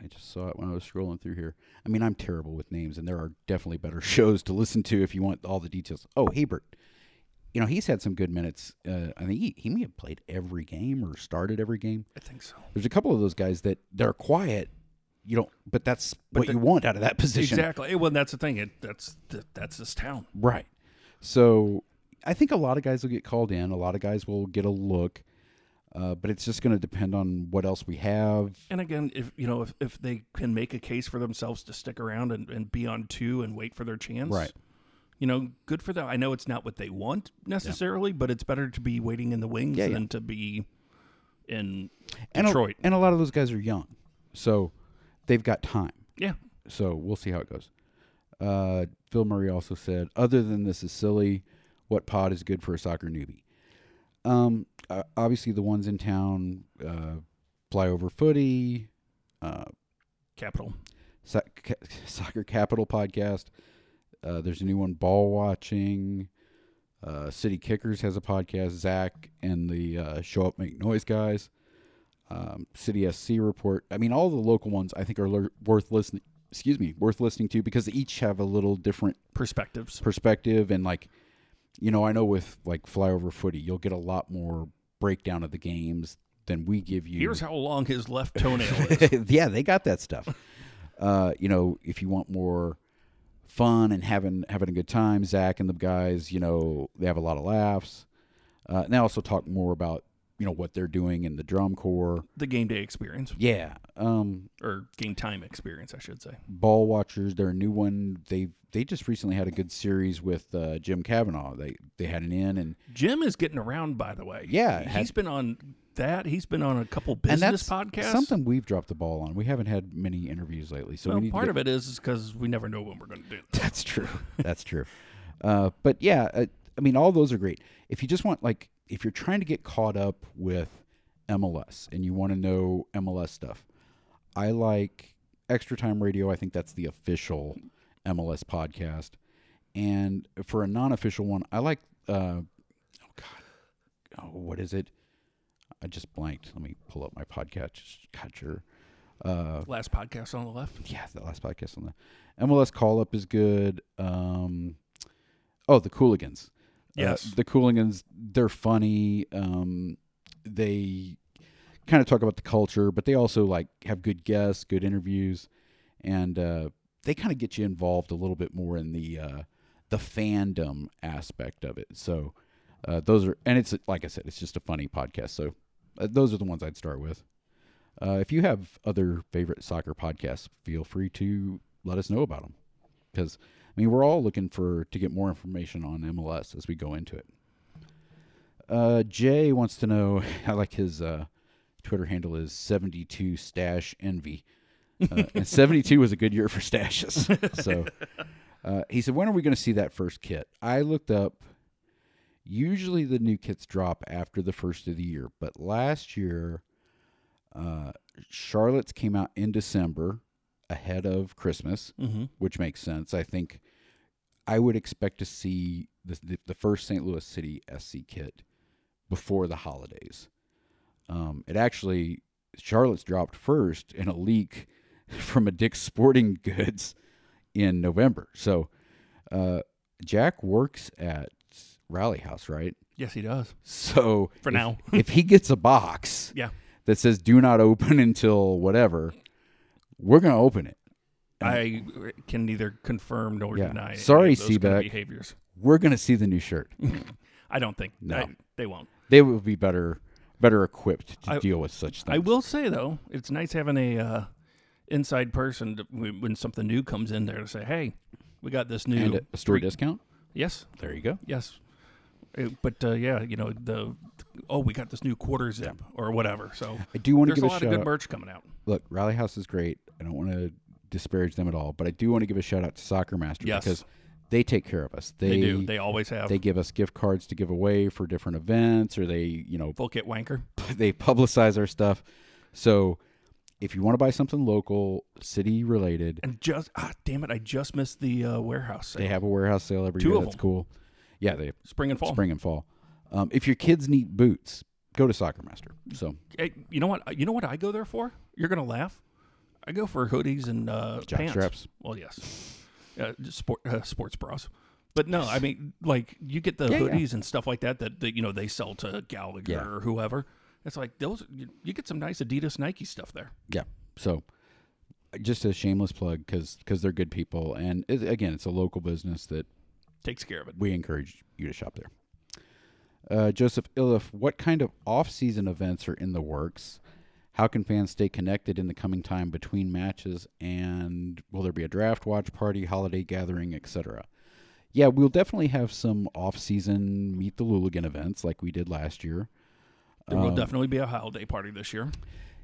S3: I just saw it when I was scrolling through here. I mean, I'm terrible with names, and there are definitely better shows to listen to if you want all the details. Oh, Hebert you know, he's had some good minutes. Uh, I think he, he may have played every game or started every game.
S2: I think so.
S3: There's a couple of those guys that they're quiet. You don't, but that's what
S2: the-
S3: you want out of that position,
S2: Exactly. Well, that's the thing. It, that's that, that's this town.
S3: right? So I think a lot of guys will get called in. A lot of guys will get a look, uh, but it's just going to depend on what else we have.
S2: And again, if you know, if, if they can make a case for themselves to stick around and, and be on two and wait for their chance,
S3: Right.
S2: You know, good for them. I know it's not what they want necessarily, but it's better to be waiting in the wings
S3: Yeah, yeah.
S2: than to be in
S3: And a-
S2: Detroit.
S3: and a lot of those guys are young, so they've got time.
S2: yeah,
S3: So we'll see how it goes. Uh, Phil Murray also said, other than this is silly, What pod is good for a soccer newbie? Um, uh, obviously the ones in town, uh, Flyover Footy, uh,
S2: Capital.
S3: so- ca- Soccer Capital podcast. Uh, there's a new one, Ball Watching. Uh, City Kickers has a podcast. Zach and the uh, Show Up Make Noise guys. Um, City SC Report. I mean, all the local ones I think are lear- worth listening. Excuse me, worth listening to because they each have a little different
S2: Perspectives.
S3: perspective and like, you know, I know with like flyover footy, you'll get a lot more breakdown of the games than we give you.
S2: Here's how long his left toenail is.
S3: yeah, they got that stuff. Uh, you know, if you want more fun and having having a good time, Zach and the guys, you know, they have a lot of laughs. Uh, and they also talk more about you know what they're doing in the drum corps.
S2: the game day experience
S3: Yeah, um,
S2: or game time experience, I should say.
S3: Ball Watchers, they're a new one. They they just recently had a good series with uh, Jim Cavanaugh. They they had an in and
S2: Jim is getting around, by the way.
S3: Yeah,
S2: He-
S3: had-
S2: he's been on that. He's been on a couple
S3: and
S2: business
S3: that's
S2: podcasts.
S3: something we've dropped the ball on. We haven't had many interviews lately, so
S2: Well,
S3: we need
S2: part
S3: to get
S2: of it is because we never know when we're going to do. That.
S3: That's true. That's true. Uh, but yeah, uh, I mean, all those are great. If you just want, like, if you're trying to get caught up with MLS and you want to know MLS stuff, I like Extra Time Radio. I think that's the official MLS podcast. And for a non-official one, I like. Uh, oh God, oh what is it? I just blanked. Let me pull up my podcast catcher. Uh,
S2: Last podcast on the left.
S3: yeah, that last podcast on the MLS call up is good. Um, oh, the Cooligans. Uh,
S2: Yes.
S3: the Cooligans. They're funny. Um, they kind of talk about the culture, but they also like have good guests, good interviews, and uh, they kind of get you involved a little bit more in the uh, the fandom aspect of it. So uh, those are, and it's like I said, it's just a funny podcast. So uh, those are the ones I'd start with. Uh, if you have other favorite soccer podcasts, feel free to let us know about them. Because I mean, we're all looking for to get more information on MLS as we go into it. Uh, Jay wants to know. I like his uh, Twitter handle is seventy two stash envy. Uh, and seventy two was a good year for stashes. So uh, he said, when are we going to see that first kit? I looked up. Usually the new kits drop after the first of the year, but last year uh, Charlotte's came out in December ahead of Christmas,
S2: Mm-hmm.
S3: which makes sense. I think I would expect to see the, the, the first St. Louis City SC kit before the holidays. Um, it actually, Charlotte's dropped first in a leak from a Dick's Sporting Goods in November. So uh, Jack works at Rally House, right?
S2: Yes, he does.
S3: So
S2: For
S3: if-
S2: now.
S3: if he gets a box,
S2: Yeah.
S3: that says do not open until whatever, we're going to open it.
S2: I can neither confirm nor
S3: Yeah.
S2: deny. any
S3: Sorry,
S2: of those kind of
S3: Seaback.
S2: Behaviors.
S3: We're going to see the new shirt.
S2: I don't think.
S3: No.
S2: I- they won't.
S3: They will be better better equipped to
S2: I-
S3: deal with such things.
S2: I will say though, it's nice having a uh, inside person to, when when something new comes in there to say, "Hey, we got this new
S3: And a, a store
S2: three-
S3: discount.
S2: Yes,
S3: There you go.
S2: yes. Uh, but uh, yeah, you know the oh, we got this new quarter zip or whatever. So
S3: I do want to
S2: there's
S3: give
S2: a
S3: a,
S2: lot of
S3: shout
S2: good
S3: out.
S2: merch coming out.
S3: Look, Rally House is great. I don't want to disparage them at all, but I do want to give a shout out to Soccer Master
S2: Yes.
S3: because they take care of us. They,
S2: They, do. They always have
S3: they give us gift cards to give away for different events or they, you know,
S2: full kit wanker.
S3: they publicize our stuff. So if you want to buy something local, city related,
S2: And just ah, damn it, I just missed the uh, warehouse.
S3: They
S2: Sale.
S3: have a warehouse sale every
S2: Two
S3: year.
S2: of
S3: That's
S2: them.
S3: cool. Yeah, they
S2: Spring and fall.
S3: spring and fall. Um, if your kids need boots, go to Soccer Master. So
S2: Hey, you know what? uh, You know what I go there for? You're gonna laugh. I go for hoodies and uh,
S3: Jock
S2: pants.
S3: straps.
S2: Well, yes, uh, just sport uh, sports bras. But no, I mean, like you get the
S3: Yeah, yeah.
S2: hoodies and stuff like that, that that you know they sell to Gallagher
S3: Yeah.
S2: or whoever. It's like those. You, you get some nice Adidas, Nike stuff there.
S3: yeah, so just a shameless plug because they're good people, and it, again, it's a local business that
S2: Takes care of it.
S3: we encourage you to shop there. Uh, Joseph Iliff, what kind of off-season events are in the works? How can fans stay connected in the coming time between matches? And will there be a draft watch party, holiday gathering, etc.? Yeah, we'll definitely have some off-season meet the Luligan events like we did last year.
S2: There will definitely be a holiday party this year.
S3: Um,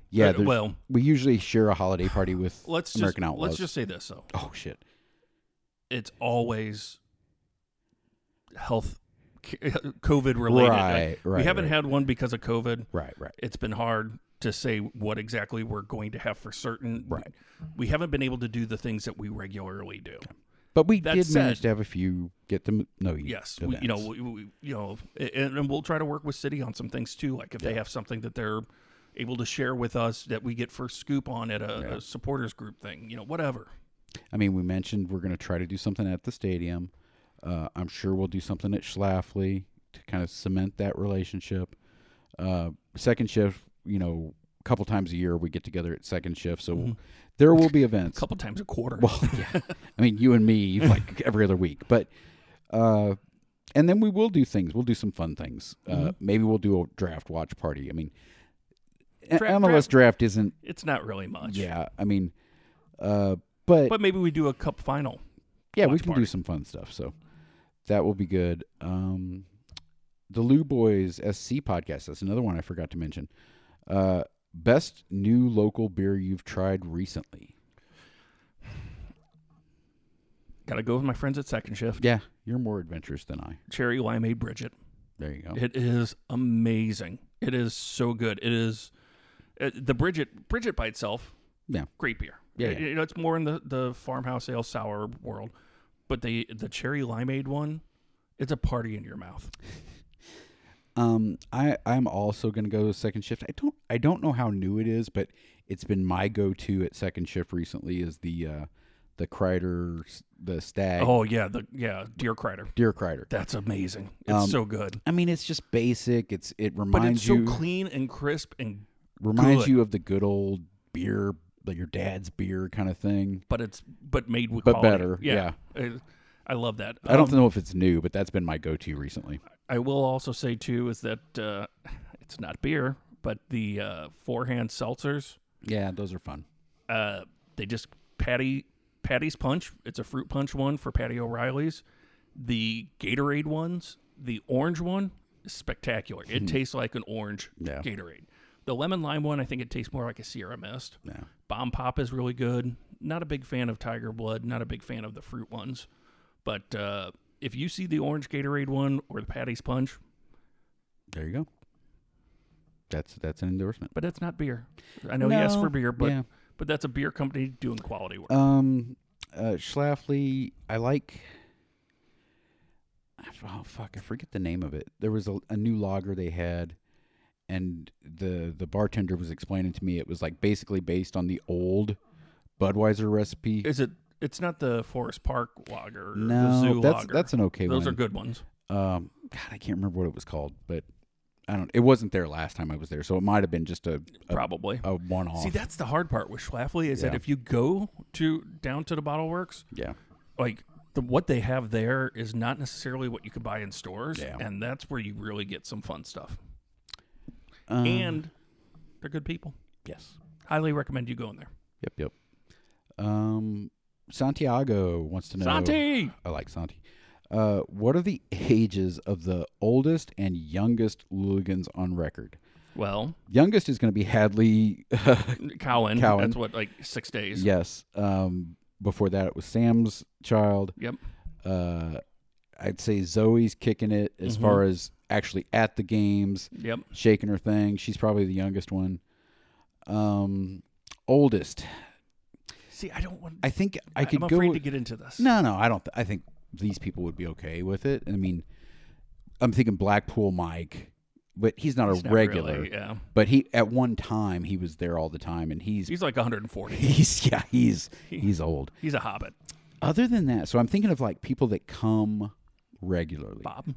S3: Yeah,
S2: Uh,
S3: there's-
S2: well-
S3: we usually share a holiday party with
S2: Let's
S3: American
S2: just
S3: Outlaws.
S2: let's just say this though.
S3: oh shit,
S2: It's always health COVID related. Like,
S3: Right,
S2: we
S3: right,
S2: haven't
S3: right.
S2: had one because of COVID.
S3: Right, right.
S2: It's been hard to say what exactly we're going to have for certain.
S3: Right.
S2: We haven't been able to do the things that we regularly do.
S3: But we
S2: That
S3: did manage
S2: said-
S3: to have a few get to m- know you.
S2: Yes, we, you know,
S3: events.
S2: we, we, you know, a- and, and we'll try to work with city on some things too. Like if they have something that they're able to share with us that we get first scoop on at a, a supporters group thing, you know, whatever.
S3: I mean, we mentioned we're going to try to do something at the stadium. Uh, I'm sure we'll do something at Schlafly to kind of cement that relationship. Uh, second shift, you know, a couple times a year we get together at second shift, so
S2: Mm-hmm.
S3: there will be events.
S2: A couple times a quarter.
S3: Well, yeah. I mean, you and me like every other week, but uh, and then we will do things. We'll do some fun things.
S2: Mm-hmm.
S3: Uh, maybe we'll do a draft watch party. I mean, a-
S2: Draft-
S3: MLS
S2: draft-
S3: draft isn't.
S2: it's not really much.
S3: Yeah, I mean, uh, but,
S2: But maybe we do a cup final.
S3: yeah, we
S2: watch
S3: can
S2: party.
S3: do some fun stuff. So that will be good. Um, the Lou Boys SC podcast. That's another one I forgot to mention. Uh, best new local beer you've tried recently.
S2: Got to go with my friends at Second Shift.
S3: Yeah, you're more adventurous than I.
S2: Cherry Limeade Bridget.
S3: There you go.
S2: It is amazing. It is so good. It is uh, the Bridget Bridget by itself.
S3: Yeah.
S2: great beer.
S3: Yeah,
S2: It-
S3: yeah.
S2: you know it's more in the the farmhouse ale sour world, but the the cherry limeade one, it's a party in your mouth.
S3: Um, I I'm also gonna go to second shift. I don't I don't know how new it is, but it's been my go-to at second shift recently. Is the uh, the Kreider the stag
S2: Oh yeah, the yeah deer crider.
S3: deer Kreider.
S2: That's amazing. It's so good,
S3: I mean, it's just basic. It's it
S2: but
S3: reminds
S2: it's so
S3: Um, you
S2: clean and crisp and
S3: reminds
S2: good.
S3: you of the good old beer, like your dad's beer kind of thing.
S2: but it's but made with
S3: But
S2: quality.
S3: better,
S2: It- I love that.
S3: I don't know if it's new, but that's been my go-to recently.
S2: I will also say too is that uh, it's not beer, but the uh, forehand seltzers.
S3: Yeah, those are fun.
S2: uh, they just Patty Patty's Punch. It's a fruit punch one for Patty O'Reilly's. The Gatorade ones, the orange one is spectacular. It tastes like an orange
S3: Hmm. Yeah.
S2: Gatorade. The lemon lime one, I think it tastes more like a Sierra Mist.
S3: Yeah.
S2: Bomb Pop is really good. Not a big fan of Tiger Blood. Not a big fan of the fruit ones. But uh, if you see the orange Gatorade one or the Patty's Punch,
S3: There you go. That's that's an endorsement.
S2: but that's not beer. I know yes
S3: No,
S2: for beer, but
S3: yeah.
S2: but that's a beer company doing quality work.
S3: Um, uh, Schlafly, I like. I f- Oh fuck! I forget the name of it. There was a, a new lager they had, and the the bartender was explaining to me it was like basically based on the old Budweiser recipe.
S2: Is it? It's not the Forest Park lager. or
S3: no,
S2: the zoo
S3: that's
S2: lager.
S3: that's an okay
S2: Those
S3: one.
S2: are good ones.
S3: Um, God, I can't remember what it was called, but I don't. It wasn't there last time I was there, so it might have been just a a,
S2: Probably.
S3: a one off.
S2: See, that's the hard part with Schlafly is that
S3: Uh, Yeah.
S2: if you go to down to the bottle works,
S3: yeah,
S2: like the, what they have there is not necessarily what you can buy in stores,
S3: Yeah.
S2: and that's where you really get some fun stuff.
S3: Um,
S2: and they're good people.
S3: yes,
S2: Highly recommend you going there.
S3: yep, yep. Um, Santiago wants to know.
S2: Santi,
S3: I like Santi. Uh, what are the ages of the oldest and youngest Luligans on record?
S2: well,
S3: Youngest is going to be Hadley.
S2: Cowan,
S3: Cowan.
S2: That's what like six days.
S3: yes. Um, before that, it was Sam's child.
S2: Yep.
S3: Uh, I'd say Zoe's kicking it as
S2: Mm-hmm.
S3: far as actually at the games,
S2: Yep.
S3: shaking her thing. She's probably the youngest one. Um, oldest.
S2: See, I don't want.
S3: I think I could
S2: am
S3: go.
S2: afraid
S3: with-
S2: to get into this.
S3: No, no, I don't. Th- I think these people would be okay with it. I mean, I'm thinking Blackpool Mike, but he's not
S2: It's
S3: a
S2: not
S3: regular.
S2: really, yeah,
S3: But he at one time he was there all the time, and he's
S2: he's like 140.
S3: he's yeah he's he's old.
S2: He's a hobbit.
S3: Other than that, so I'm thinking of like people that come regularly.
S2: Bob,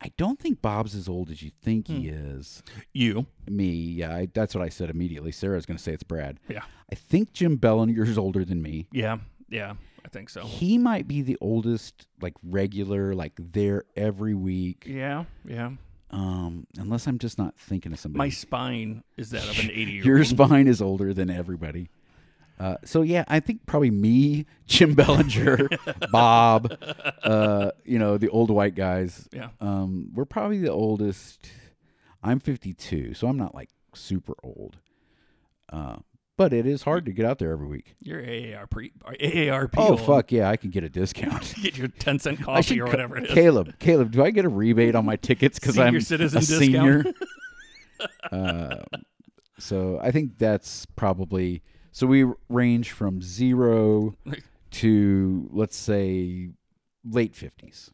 S3: I don't think Bob's as old as you think he
S2: Hmm.
S3: is.
S2: you.
S3: Me, yeah, I, that's what I said immediately. Sarah's going to say it's Brad.
S2: Yeah.
S3: I think Jim Bellinger's older than me.
S2: Yeah. Yeah. I think so.
S3: He might be the oldest, like regular, like there every week.
S2: Yeah. Yeah.
S3: Um, unless I'm just not thinking
S2: My
S3: of somebody.
S2: spine is that of an 80 year
S3: Your spine is older than everybody. Uh, so yeah, I think probably me, Jim Bellinger, Bob, uh, you know, the old white guys.
S2: Yeah.
S3: Um, we're probably the oldest. I'm 52, so I'm not like super old. Uh, But it is hard to get out there every week.
S2: Your AARP, AARP.
S3: Oh
S2: will
S3: fuck yeah, I can get a discount.
S2: Get your ten cent
S3: I
S2: coffee
S3: should
S2: or
S3: co-
S2: whatever it is.
S3: Caleb, Caleb, do I get a rebate on my tickets because
S2: Senior
S3: I'm
S2: citizen
S3: a
S2: discount.
S3: senior? uh, so I think that's probably so we range from zero to let's say late fifties.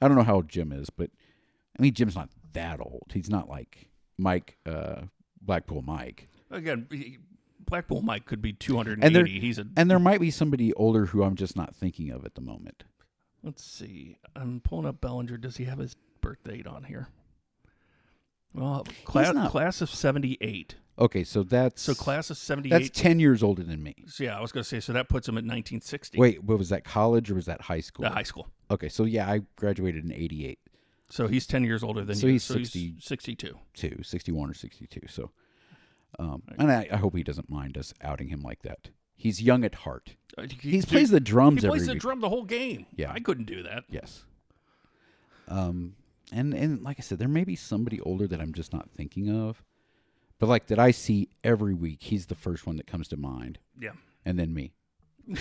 S3: I don't know how old Jim is, but I mean Jim's not that old. He's not like Mike uh, Blackpool Mike.
S2: Again, he- Black Bull Mike could be two hundred
S3: And
S2: and
S3: there-
S2: eighty. He's a.
S3: And there might be somebody older who I'm just not thinking of at the moment.
S2: Let's see. I'm pulling up Bellinger. Does he have his birth date on here? Well, class,
S3: not-
S2: class of seventy eight.
S3: Okay, so that's
S2: So class of seventy
S3: that's
S2: eight.
S3: ten years older than me.
S2: so yeah, I was gonna say. So that puts him at nineteen sixty.
S3: Wait, what was that college or was that high school?
S2: uh, high school.
S3: Okay, so yeah, I graduated in 88
S2: So he's ten years older than
S3: So
S2: you.
S3: he's
S2: so
S3: 60.
S2: he's sixty two.
S3: too, 61 or 62. So, um, and I, I hope he doesn't mind us outing him like that. He's young at heart. He plays the drums
S2: Uh, He
S3: every
S2: plays the
S3: week.
S2: drum the whole game.
S3: Yeah.
S2: I couldn't do that.
S3: Yes. Um, and and like I said, there may be somebody older that I'm just not thinking of, but like that I see every week. He's the first one that comes to mind,
S2: Yeah.
S3: and then me,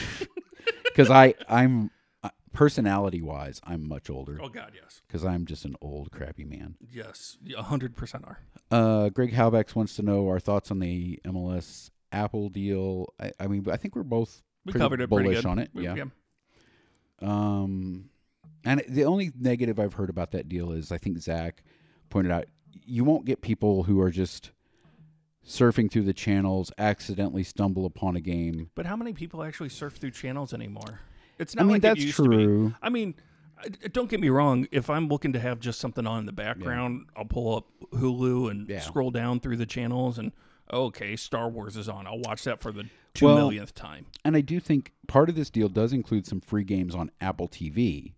S3: because I I'm uh, personality wise I'm much older
S2: Oh God, yes,
S3: because I'm just an old crappy man.
S2: yes, a hundred percent are.
S3: Uh, Greg Halbex wants to know our thoughts on the MLS Apple deal. I, I mean, I think we're both
S2: We
S3: pretty
S2: covered it
S3: bullish
S2: pretty good.
S3: on it.
S2: We-
S3: yeah. Um, and the only negative I've heard about that deal is I think Zach pointed out you won't get people who are just surfing through the channels accidentally stumble upon a game.
S2: But how many people actually surf through channels anymore? It's
S3: I
S2: not
S3: mean,
S2: like
S3: that's
S2: it used To
S3: true.
S2: be. I mean, I- I- don't get me wrong. If I'm looking to have just something on in the background, I'll pull up Hulu and
S3: Yeah.
S2: scroll down through the channels and okay, Star Wars is on. I'll watch that for the two
S3: Well-
S2: millionth time.
S3: And I do think part of this deal does include some free games on Apple TV.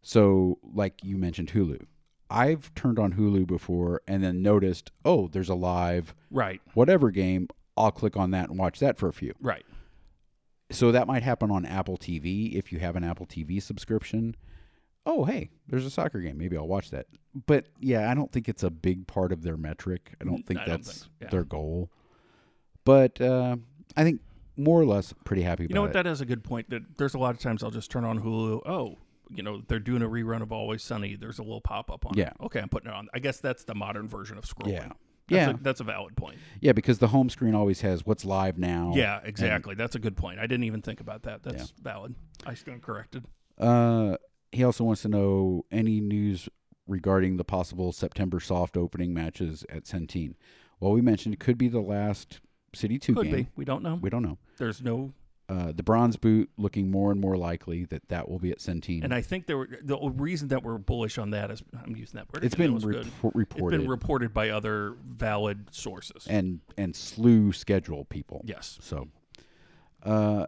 S3: So, like you mentioned, Hulu. I've turned on Hulu before and then noticed, oh, there's a live
S2: Right.
S3: whatever game. I'll click on that and watch that for a few.
S2: Right.
S3: so that might happen on Apple TV if you have an Apple TV subscription. Oh, hey, there's a soccer game. Maybe I'll watch that. But yeah, I don't think it's a big part of their metric. I don't think
S2: I don't
S3: that's
S2: think- yeah.
S3: their goal. But uh, I think more or less pretty happy
S2: You
S3: about
S2: know what?
S3: it.
S2: That is a good point. That there's a lot of times I'll just turn on Hulu. Oh, you know they're doing a rerun of Always Sunny. There's a little pop up on. it.
S3: Yeah.
S2: Okay, I'm putting it on. I guess that's the modern version of scrolling.
S3: Yeah.
S2: That's
S3: Yeah.
S2: A, that's a valid point.
S3: yeah, because the home screen always has what's live now.
S2: yeah. Exactly. that's a good point. I didn't even think about that. That's valid. I stand corrected.
S3: Uh, he also wants to know any news regarding the possible September soft opening matches at Centene. Well, we mentioned it could be the last City 2
S2: Could
S3: game.
S2: be. We don't know.
S3: We don't know.
S2: There's no.
S3: uh, the bronze boot looking more and more likely that that will be at Centene.
S2: And I think there were the reason that we're bullish on that is I'm using that word.
S3: it's
S2: again,
S3: been
S2: that was
S3: repor-
S2: good. It's
S3: reported
S2: been reported by other valid sources.
S3: and and slew schedule people.
S2: yes.
S3: So, uh,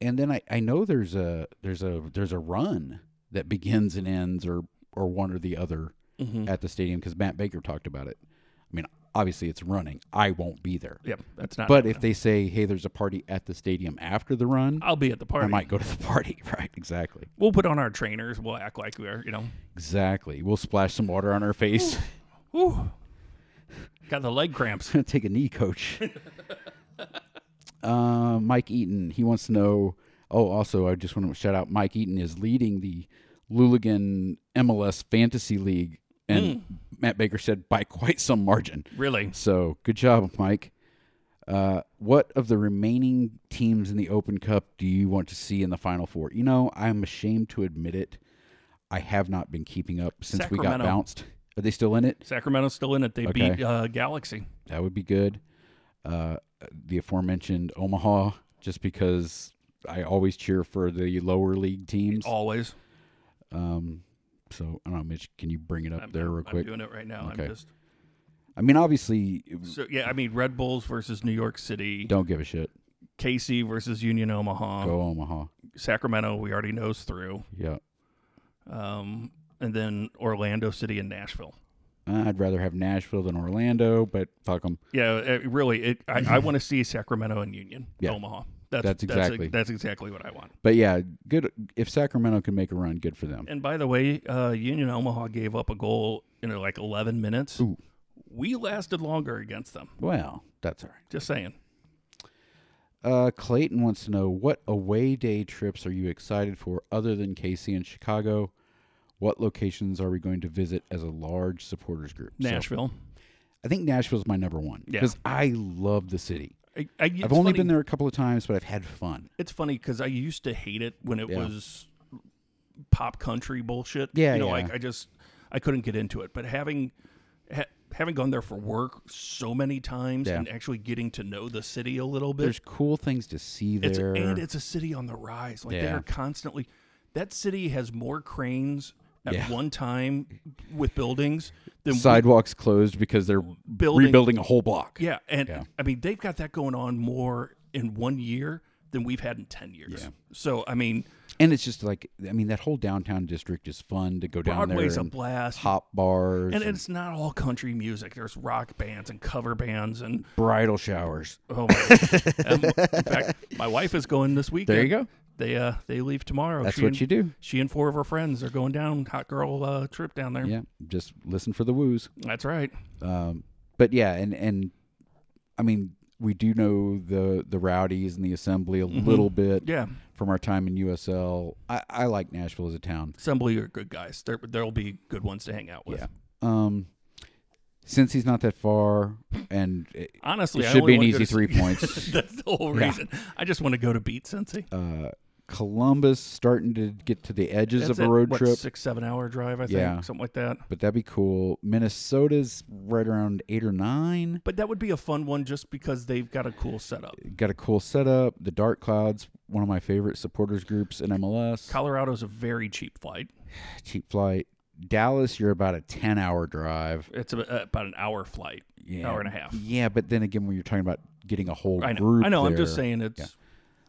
S3: and then I, I know there's a there's a there's a run that begins and ends or or one or the other
S2: Mhm.
S3: at the stadium because Matt Baker talked about it. I mean, obviously it's running. I won't be there.
S2: Yep. That's not.
S3: But if they say, "Hey, there's a party at the stadium after the run,"
S2: I'll be at the
S3: I
S2: party.
S3: might go to the party. Right? Exactly.
S2: We'll put on our trainers. We'll act like we're you know.
S3: Exactly. We'll splash some water on our face.
S2: Whew. Got the leg cramps.
S3: gonna take a knee, coach. uh, Mike Eaton, he wants to know. Oh, also, I just want to shout out Mike Eaton is leading the Luligan MLS Fantasy League, and Matt Baker said by quite some margin.
S2: Hmm. Really?
S3: So good job, Mike. Uh, what of the remaining teams in the Open Cup do you want to see in the Final Four? You know, I'm ashamed to admit it. I have not been keeping up since we got
S2: Sacramento.
S3: bounced. Are they still in it?
S2: Sacramento's still in it. They
S3: Okay.
S2: beat uh, Galaxy.
S3: That would be good. Uh, the aforementioned Omaha, just because I always cheer for the lower league teams.
S2: Always.
S3: Um, so I don't know, Mitch. Can you bring it up there real
S2: I'm
S3: quick?
S2: doing it right now.
S3: Okay.
S2: I'm just
S3: I mean, obviously,
S2: so yeah. I mean, Red Bulls versus New York City.
S3: don't give a shit.
S2: KC versus Union Omaha.
S3: Go Omaha.
S2: Sacramento, we already knows through.
S3: Yeah,
S2: Um, and then Orlando City and Nashville.
S3: I'd rather have Nashville than Orlando, but fuck them.
S2: Yeah, it, really. It, I, I want to see Sacramento and Union
S3: Yeah.
S2: Omaha. That's,
S3: That's exactly-
S2: that's, that's exactly what I want.
S3: But yeah, good. If Sacramento can make a run, good for them.
S2: And by the way, uh, Union Omaha gave up a goal in uh, like 11 minutes.
S3: Ooh.
S2: We lasted longer against them.
S3: Well, that's all right.
S2: Just saying.
S3: Uh, Clayton wants to know what away day trips are you excited for other than KC and Chicago? What locations are we going to visit as a large supporters group? So,
S2: Nashville.
S3: I think Nashville's my number one
S2: Yeah.
S3: because I love the city.
S2: I, I, it's
S3: I've only
S2: funny-
S3: been there a couple of times, but I've had fun.
S2: It's funny because I used to hate it when it
S3: Yeah.
S2: was pop country bullshit.
S3: Yeah,
S2: you know,
S3: yeah.
S2: like I just I couldn't get into it. But having ha- having gone there for work so many times
S3: Yeah.
S2: and actually getting to know the city a little bit,
S3: There's cool things to see
S2: it's
S3: there.
S2: and it's a city on the rise. Like they
S3: Yeah.
S2: are constantly. That city has more cranes at
S3: Yeah.
S2: one time with buildings than we-
S3: Sidewalks closed because they're
S2: Building-
S3: rebuilding a whole block.
S2: yeah, and
S3: Yeah.
S2: I mean they've got that going on more in one year than we've had in ten years.
S3: Yeah.
S2: So I mean,
S3: And it's just like, I mean, that whole downtown district is fun to go down
S2: Broadway's
S3: there.
S2: a
S3: and
S2: blast.
S3: Hop bars
S2: and it's not all country music. There's rock bands and cover bands, and
S3: bridal showers.
S2: oh my! um, in fact, my wife is going this weekend.
S3: There you go.
S2: They uh they leave tomorrow.
S3: That's
S2: she
S3: what
S2: and,
S3: you do.
S2: She and four of her friends are going down hot girl uh, trip down there.
S3: Yeah, just listen for the woos.
S2: That's right.
S3: Um, but yeah, and and I mean, we do know the the rowdies and the assembly a little bit
S2: Mm-hmm. Yeah,
S3: from our time in USL. I, I like Nashville as a town.
S2: Assembly are good guys. There there'll be good ones to hang out with.
S3: Yeah. Um, since he's not that far, and it,
S2: Honestly,
S3: it
S2: I
S3: should
S2: only
S3: be an
S2: wanna go
S3: easy
S2: to-
S3: three points.
S2: That's the whole
S3: Yeah.
S2: reason. I just want to go to Beat Sensi.
S3: Uh, Columbus starting to get to the edges
S2: That's
S3: of a
S2: it.
S3: road
S2: What,
S3: trip,
S2: six seven hour drive. I think
S3: Yeah.
S2: something like that.
S3: but that'd be cool. Minnesota's right around eight or nine.
S2: But that would be a fun one just because they've got a cool setup.
S3: Got a cool setup. The Dark Clouds, one of my favorite supporters groups in MLS.
S2: Colorado's a very cheap flight.
S3: cheap flight. Dallas, you're about a 10 hour drive.
S2: It's a, about an hour flight,
S3: Yeah.
S2: hour and a half.
S3: Yeah, but then again, when you're talking about getting a whole
S2: I know.
S3: group,
S2: I know. I'm just
S3: there,
S2: saying it's.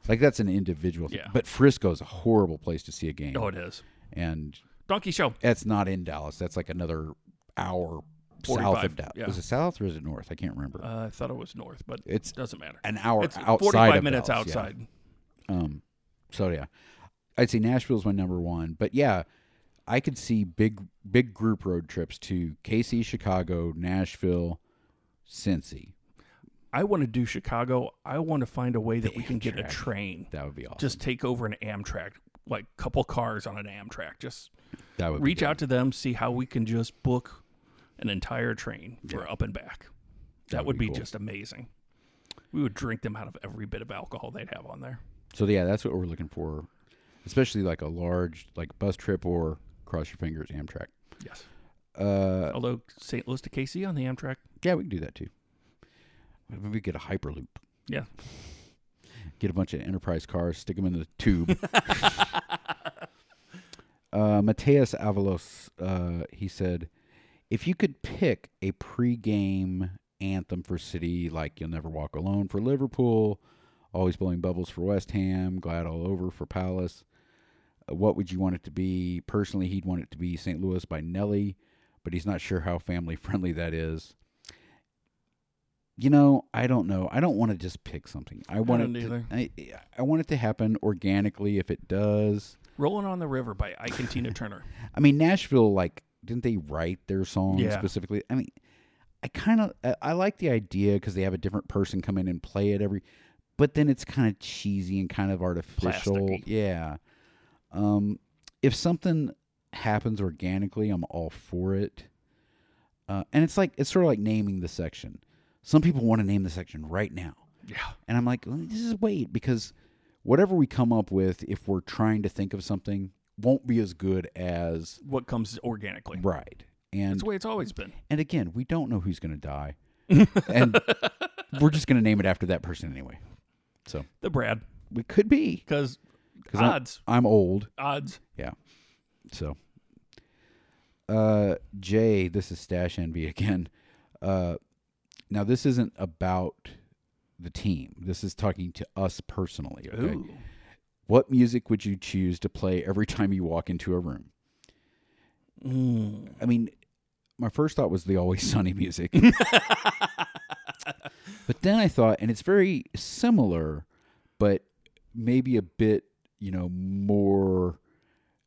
S3: Like, that's an individual thing.
S2: Yeah.
S3: But Frisco's a horrible place to see a game.
S2: Oh, it is.
S3: And
S2: Donkey Show.
S3: that's not in Dallas. That's like another hour south
S2: 45,
S3: of Dallas.
S2: yeah.
S3: Was it south or is it north? I can't remember.
S2: Uh, I thought it was north, but it
S3: it's
S2: doesn't matter.
S3: an hour
S2: It's
S3: outside.
S2: 45
S3: of
S2: minutes
S3: Dallas, yeah.
S2: outside.
S3: Um, so yeah, I'd say Nashville's my number one, but yeah, I could see big big group road trips to KC, Chicago, Nashville, Cincy.
S2: I want to do Chicago. I want to find a way that
S3: The
S2: we can get a
S3: Amtrak.
S2: train.
S3: That would be awesome.
S2: Just take over an Amtrak, like couple cars on an Amtrak. Just
S3: that would be
S2: reach
S3: good.
S2: out to them, see how we can just book an entire train for up and back. That, would,
S3: would
S2: be,
S3: be cool.
S2: just amazing. We would drink them out of every bit of alcohol they'd have on there.
S3: So yeah, that's what we're looking for, especially like a large like bus trip or cross your fingers Amtrak.
S2: Yes.
S3: Uh,
S2: Although St. Louis to KC on the Amtrak,
S3: yeah, we can do that too. Maybe we get a hyperloop.
S2: yeah,
S3: get a bunch of enterprise cars, stick them in the tube. uh, Mateus Avalos, uh, he said, if you could pick a pregame anthem for City, like "You'll Never Walk Alone" for Liverpool, "Always Blowing Bubbles" for West Ham, "Glad All Over" for Palace, uh, what would you want it to be? Personally, he'd want it to be "St. Louis" by Nelly, but he's not sure how family friendly that is. You know, I don't know. I don't want to just pick something. I want
S2: don't
S3: it. To,
S2: either.
S3: I, I want it to happen organically. If it does,
S2: "Rolling on the River" by Ike and Tina Turner.
S3: I mean, Nashville, like, didn't they write their song
S2: Yeah.
S3: specifically? I mean, I kind of I, I like the idea because they have a different person come in and play it every, but then it's kind of cheesy and kind of artificial.
S2: Plasticky.
S3: Yeah. Um, if something happens organically, I'm all for it. Uh, and it's like it's sort of like naming the section. Some people want to name the section right now.
S2: Yeah,
S3: And I'm like, "Well, this is wait because whatever we come up with, if we're trying to think of something, won't be as good as
S2: what comes organically?
S3: right. And
S2: That's the way it's always been.
S3: and again, we don't know who's going to die, and we're just going to name it after that person anyway. So
S2: The Brad,
S3: we could be
S2: because
S3: 'Cause I'm-
S2: odds,
S3: I'm old,
S2: odds.
S3: so. Uh, Jay, this is Stash Envy again. Uh, now this isn't about the team. This is talking to us personally. Okay?
S2: Ooh,
S3: What music would you choose to play every time you walk into a room?
S2: Mm.
S3: I mean, my first thought was the Always Sunny music. but then I thought, and it's very similar, but maybe a bit, you know, more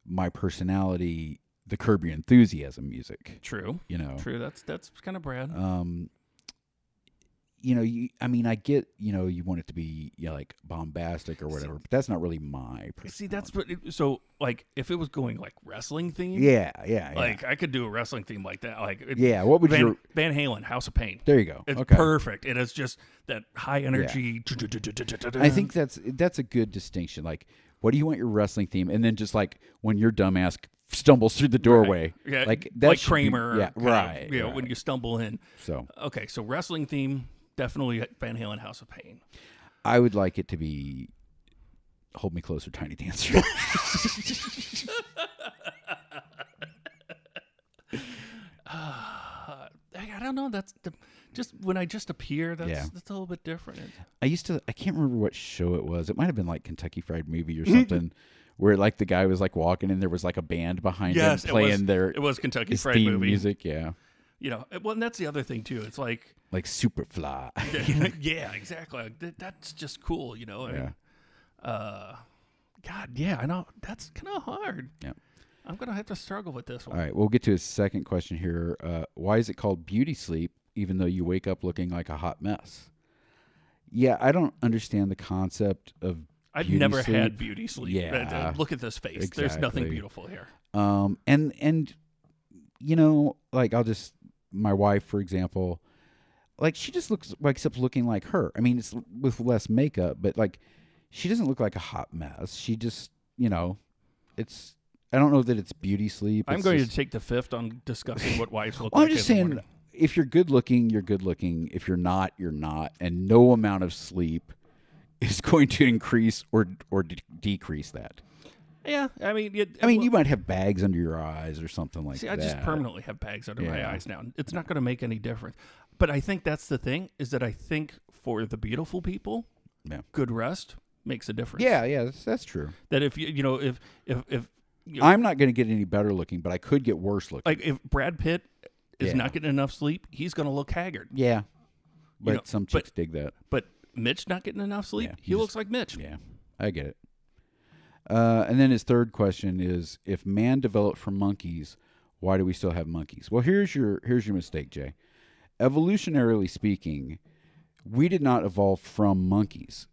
S3: my personality, the Curb Your Enthusiasm music,
S2: true,
S3: Oh. you know. Oh,
S2: true. That's that's kind of Brad.
S3: Um, you know, you, I mean, I get, you know, you want it to be you know, like bombastic or whatever, but that's not really my.
S2: See, that's what. It, so, like, if it was going like wrestling theme,
S3: Yeah, yeah, yeah.
S2: like I could do a wrestling theme like that. Like, it-
S3: yeah. What would
S2: Van,
S3: you?
S2: Van Halen, House of Pain.
S3: There you go.
S2: It's
S3: okay.
S2: perfect. It is just that high energy.
S3: I think that's that's a good distinction. Like, what do you want your wrestling theme? And then just like when your dumbass stumbles through the doorway,
S2: yeah,
S3: like
S2: like,
S3: that should be-
S2: Kramer.
S3: yeah,
S2: kind of,
S3: right.
S2: you know,
S3: right.
S2: when you stumble in.
S3: so
S2: Okay, so wrestling theme definitely Van Halen, House of Pain.
S3: I would like it to be "Hold Me Closer, Tiny Dancer."
S2: Uh, I, I don't know. That's the, just when I just appear. That's
S3: Yeah.
S2: that's a little bit different.
S3: I used to I can't remember what show it was. It might have been like Kentucky Fried Movie or something, where like the guy was like walking and there was like a band behind him playing
S2: it was,
S3: their
S2: it was Kentucky
S3: his
S2: Fried
S3: theme
S2: Movie.
S3: music. Yeah,
S2: You know, well, and that's the other thing too. It's like,
S3: like Superfly.
S2: yeah, exactly. Like, that, that's just cool. You know, I
S3: Yeah.
S2: mean, uh, God, yeah, I know that's kind of hard.
S3: Yeah.
S2: I'm gonna have to struggle with this
S3: All
S2: one.
S3: right, we'll get to a second question here. Uh, why is it called beauty sleep, even though you wake up looking like a hot mess? Yeah, I don't understand the concept of.
S2: I've
S3: beauty
S2: never
S3: sleep.
S2: had beauty sleep.
S3: Yeah.
S2: Uh, look at this face. There's nothing
S3: Exactly.
S2: beautiful here.
S3: um and and you know like i'll just my wife for example like she just looks wakes up looking like her i mean it's l- with less makeup but like she doesn't look like a hot mess she just you know it's i don't know that it's beauty sleep
S2: I'm
S3: It's
S2: going
S3: just-
S2: to take the fifth on discussing what wives look
S3: Well,
S2: like.
S3: i'm just
S2: in the
S3: saying
S2: morning.
S3: if you're good looking you're good looking if you're not you're not and no amount of sleep is going to increase or or de- decrease that
S2: Yeah, I mean, it,
S3: i mean
S2: well,
S3: you might have bags under your eyes or something like
S2: See, I
S3: that
S2: just permanently have bags under my
S3: Yeah.
S2: eyes now. It's not going to make any difference. But I think that's the thing is that I think for the beautiful people,
S3: Yeah.
S2: good rest makes a difference.
S3: yeah yeah that's, that's true
S2: That if you you know if if if you know,
S3: I'm not going to get any better looking, but I could get worse looking.
S2: like if Brad Pitt is
S3: Yeah.
S2: not getting enough sleep, he's going to look haggard.
S3: yeah, but
S2: know,
S3: some
S2: but-
S3: chicks dig that.
S2: But Mitch not getting enough sleep,
S3: Yeah,
S2: he,
S3: he
S2: looks like Mitch.
S3: Yeah, I get it. Uh, and then his third question is: If man developed from monkeys, why do we still have monkeys? Well, here's your here's your mistake, Jay. Evolutionarily speaking, we did not evolve from monkeys.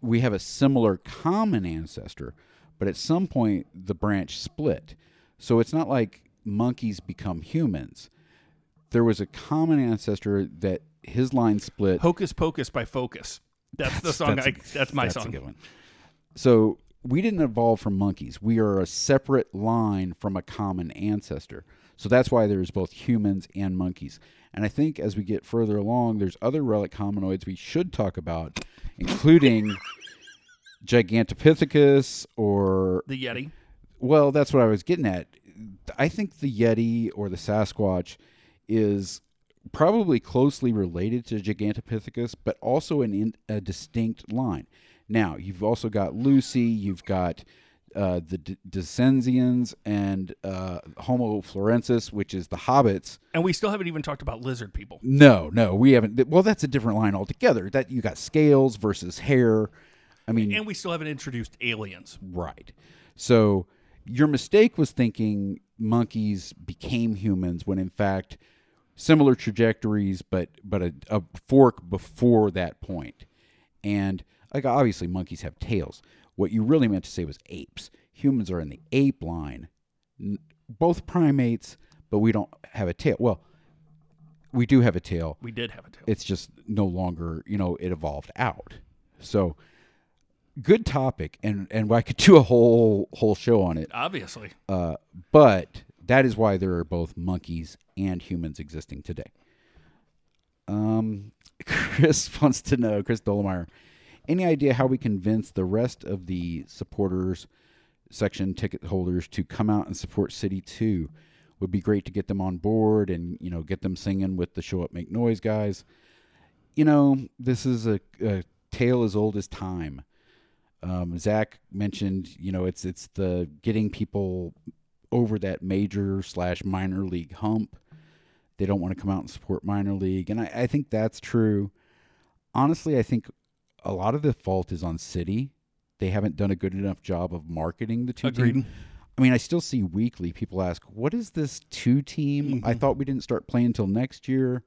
S3: We have a similar common ancestor, but at some point the branch split. So it's not like monkeys become humans. There was a common ancestor that his line split.
S2: Hocus Pocus by Focus. That's, the song.
S3: that's
S2: I,
S3: a-
S2: that's my
S3: that's a
S2: song.
S3: good one. So we didn't evolve from monkeys. We are a separate line from a common ancestor. So that's why there's both humans and monkeys. And I think as we get further along, there's other relic hominoids we should talk about, including Gigantopithecus or
S2: The Yeti.
S3: well, that's what I was getting at. I think the Yeti or the Sasquatch is probably closely related to Gigantopithecus, but also an in, a distinct line. Now, you've also got Lucy, you've got uh, the D- Descensians and uh, Homo florensis, which is the hobbits.
S2: And we still haven't even talked about lizard people.
S3: No, no, we haven't. th- Well, that's a different line altogether. That you got scales versus hair. I mean,
S2: And we still haven't introduced aliens.
S3: Right. So your mistake was thinking monkeys became humans when in fact similar trajectories but but a, a fork before that point. And like obviously monkeys have tails. What you really meant to say was apes. Humans are in the ape line. N- both primates, but we don't have a tail. Well, we do have a tail
S2: We did have a tail.
S3: it's just no longer you know it evolved out so good topic and and i could do a whole whole show on it
S2: Obviously.
S3: uh, but that is why there are both monkeys and humans existing today um chris wants to know chris dolemeyer any idea how we convince the rest of the supporters section ticket holders to come out and support city 2 would be great to get them on board and you know get them singing with the show up make noise guys you know, this is a, a tale as old as time. Um, Zach mentioned, you know, it's it's the getting people over that major slash minor league hump. They don't want to come out and support minor league, and I, I think that's true. Honestly, I think a lot of the fault is on City. They haven't done a good enough job of marketing the two team.
S2: Agreed.
S3: I mean, I still see weekly people
S2: Mm-hmm.
S3: ask, "What is this two team?" I thought we didn't start playing until next year.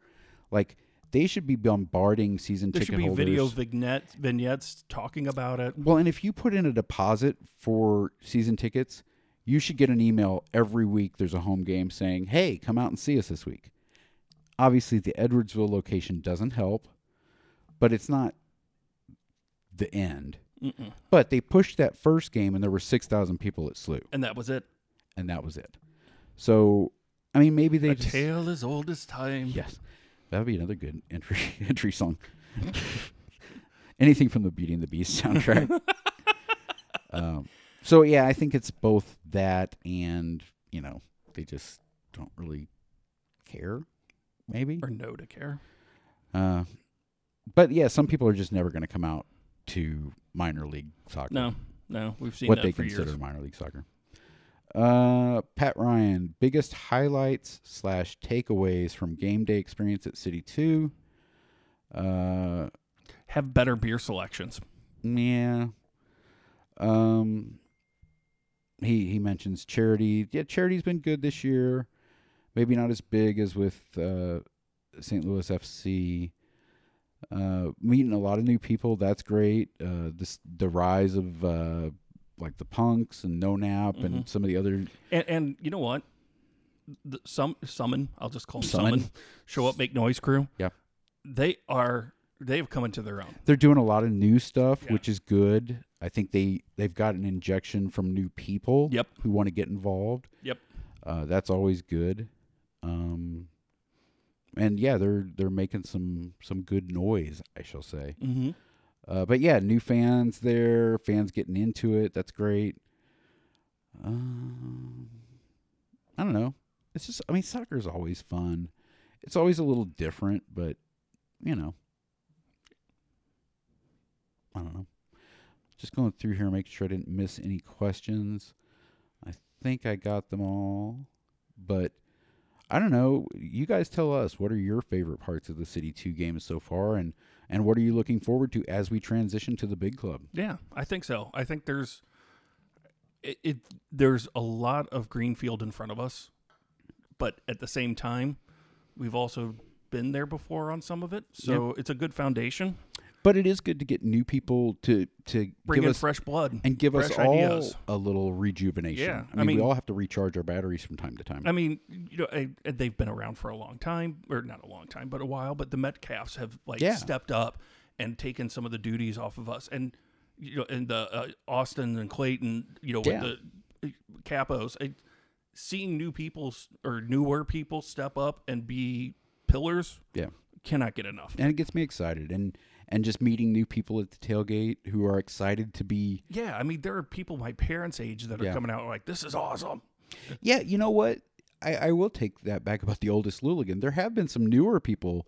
S3: Like They should be bombarding season
S2: There should
S3: ticket
S2: be
S3: holders.
S2: video vignette, vignettes talking about it.
S3: Well, and if you put in a deposit for season tickets, you should get an email every week. There's a home game saying, "Hey, come out and see us this week." Obviously, the Edwardsville location doesn't help, but it's not the end.
S2: Mm-mm.
S3: But they pushed that first game, and there were six thousand people at SLU,
S2: And that was it.
S3: and that was it. So, I mean, maybe they
S2: a
S3: just,
S2: tale as old as time.
S3: yes, that would be another good entry entry song. Anything from the Beauty and the Beast soundtrack. um, so yeah, I think it's both that and you know they just don't really care, maybe.
S2: Or no to care.
S3: Uh, but yeah, some people are just never going to come out to minor league soccer
S2: No, no. We've seen
S3: what
S2: that
S3: they
S2: for
S3: consider
S2: years.
S3: minor league soccer. Uh, Pat Ryan, biggest highlights slash takeaways from game day experience at City Two. Uh,
S2: Have better beer selections.
S3: yeah. Um, he he mentions charity. Yeah, charity's been good this year. Maybe not as big as with uh, St. Louis FC. Uh, meeting a lot of new people. That's great. Uh, this the rise of uh, like the punks and No Nap
S2: Mm-hmm.
S3: and some of the other
S2: And, and you know what? The, some summon. I'll just call them
S3: Summon.
S2: summon. Show up, make noise crew.
S3: Yeah.
S2: They are. They have come into their own.
S3: they're doing a lot of new stuff,
S2: Yeah.
S3: which is good. I think they they've got an injection from new people
S2: Yep.
S3: who want to get involved.
S2: Yep.
S3: Uh, that's always good. Um, and yeah, they're they're making some some good noise, I shall say.
S2: Mm-hmm.
S3: Uh, but yeah, new fans there, fans getting into it. That's great. Um, I don't know. It's just, I mean, soccer's always fun. It's always a little different, but you know, I don't know. Just going through here, make sure I didn't miss any questions. I think I got them all, but I don't know. You guys tell us what are your favorite parts of the City Two games so far, and and what are you looking forward to as we transition to the big club?
S2: Yeah, I think so. I think there's it, it there's a lot of greenfield in front of us, but at the same time, we've also been there before on some of it. So it's a good foundation.
S3: But it is good to get new people to to
S2: Bring
S3: give
S2: in
S3: us
S2: fresh blood
S3: and give us
S2: fresh
S3: all
S2: ideas.
S3: a little rejuvenation.
S2: Yeah,
S3: I
S2: I
S3: mean, we
S2: mean-
S3: all have to recharge our batteries from time to time.
S2: I mean, you know, I, and they've been around for a long time, or not a long time, but a while. But the Metcalfs have like
S3: Yeah.
S2: stepped up and taken some of the duties off of us, and you know, and the uh, Austin and Clayton, you know,
S3: Yeah.
S2: with the uh, Capos, I, seeing new people s- or newer people step up and be pillars
S3: yeah,
S2: cannot get enough.
S3: and it gets me excited, and and just meeting new people at the tailgate who are excited to be.
S2: Yeah, I mean, there are people my parents' age that are
S3: Yeah.
S2: coming out like, "This is awesome."
S3: Yeah, you know what? I, I will take that back about the oldest Luligan. There have been some newer people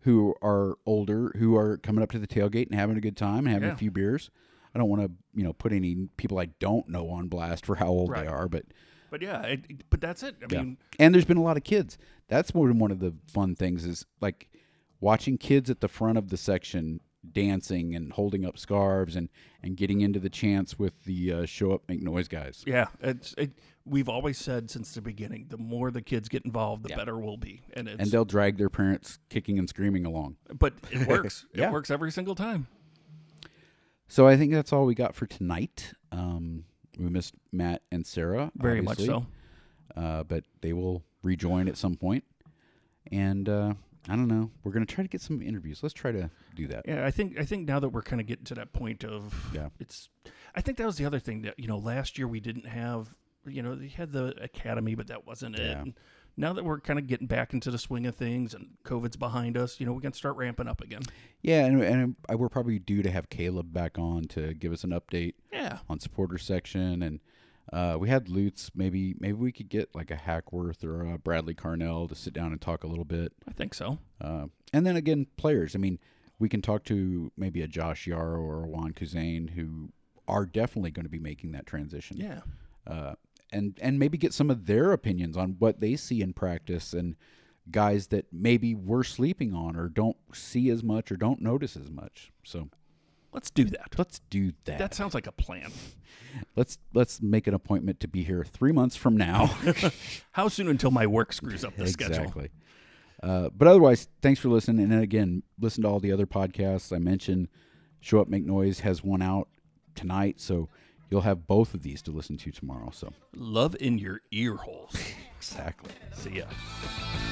S3: who are older who are coming up to the tailgate and having a good time and having a
S2: Yeah.
S3: few beers. I don't want to, you know, put any people I don't know on blast for how old
S2: Right.
S3: they are, but
S2: But yeah, it, it- but that's it. I
S3: Yeah.
S2: mean,
S3: and there's been a lot of kids. That's more than one of the fun things is like watching kids at the front of the section dancing and holding up scarves and and getting into the chants with the uh, show up make noise guys.
S2: Yeah, it's it. We've always said since the beginning, the more the kids get involved, the better we'll be, and it's
S3: And they'll drag their parents kicking and screaming along.
S2: but it works.
S3: Yeah.
S2: It works every single time.
S3: So I think that's all we got for tonight. Um, we missed Matt and Sarah
S2: Very
S3: obviously,
S2: much so.
S3: uh, but they will rejoin at some point. And uh, I don't know. We're gonna try to get some interviews. Let's try to do that.
S2: Yeah, I think I think now that we're kind of getting to that point of
S3: Yeah.
S2: it's. I think that was the other thing that you know last year we didn't have. You know, they had the academy, but that wasn't it.
S3: Yeah.
S2: And now that we're kind of getting back into the swing of things and COVID's behind us, you know, we can start ramping up again.
S3: Yeah, and, and I- we're probably due to have Caleb back on to give us an update
S2: Yeah.
S3: on supporter section, and uh, we had Lutz. Maybe maybe we could get like a Hackworth or a Bradley Carnell to sit down and talk a little bit,
S2: I think so.
S3: uh, and then again players. I mean, we can talk to maybe a Josh Yarrow or a Juan Kuzain who are definitely going to be making that transition.
S2: Yeah.
S3: Uh, and and maybe get some of their opinions on what they see in practice and guys that maybe we're sleeping on or don't see as much or don't notice as much. So
S2: Let's do that.
S3: let's do that.
S2: That sounds like a plan.
S3: let's let's make an appointment to be here three months from now.
S2: How soon until my work screws up the schedule?
S3: exactly. Uh, but otherwise, thanks for listening. And again, listen to all the other podcasts I mentioned. Show Up Make Noise has one out tonight, so you'll have both of these to listen to tomorrow. So
S2: Love in your ear holes.
S3: exactly.
S2: See ya.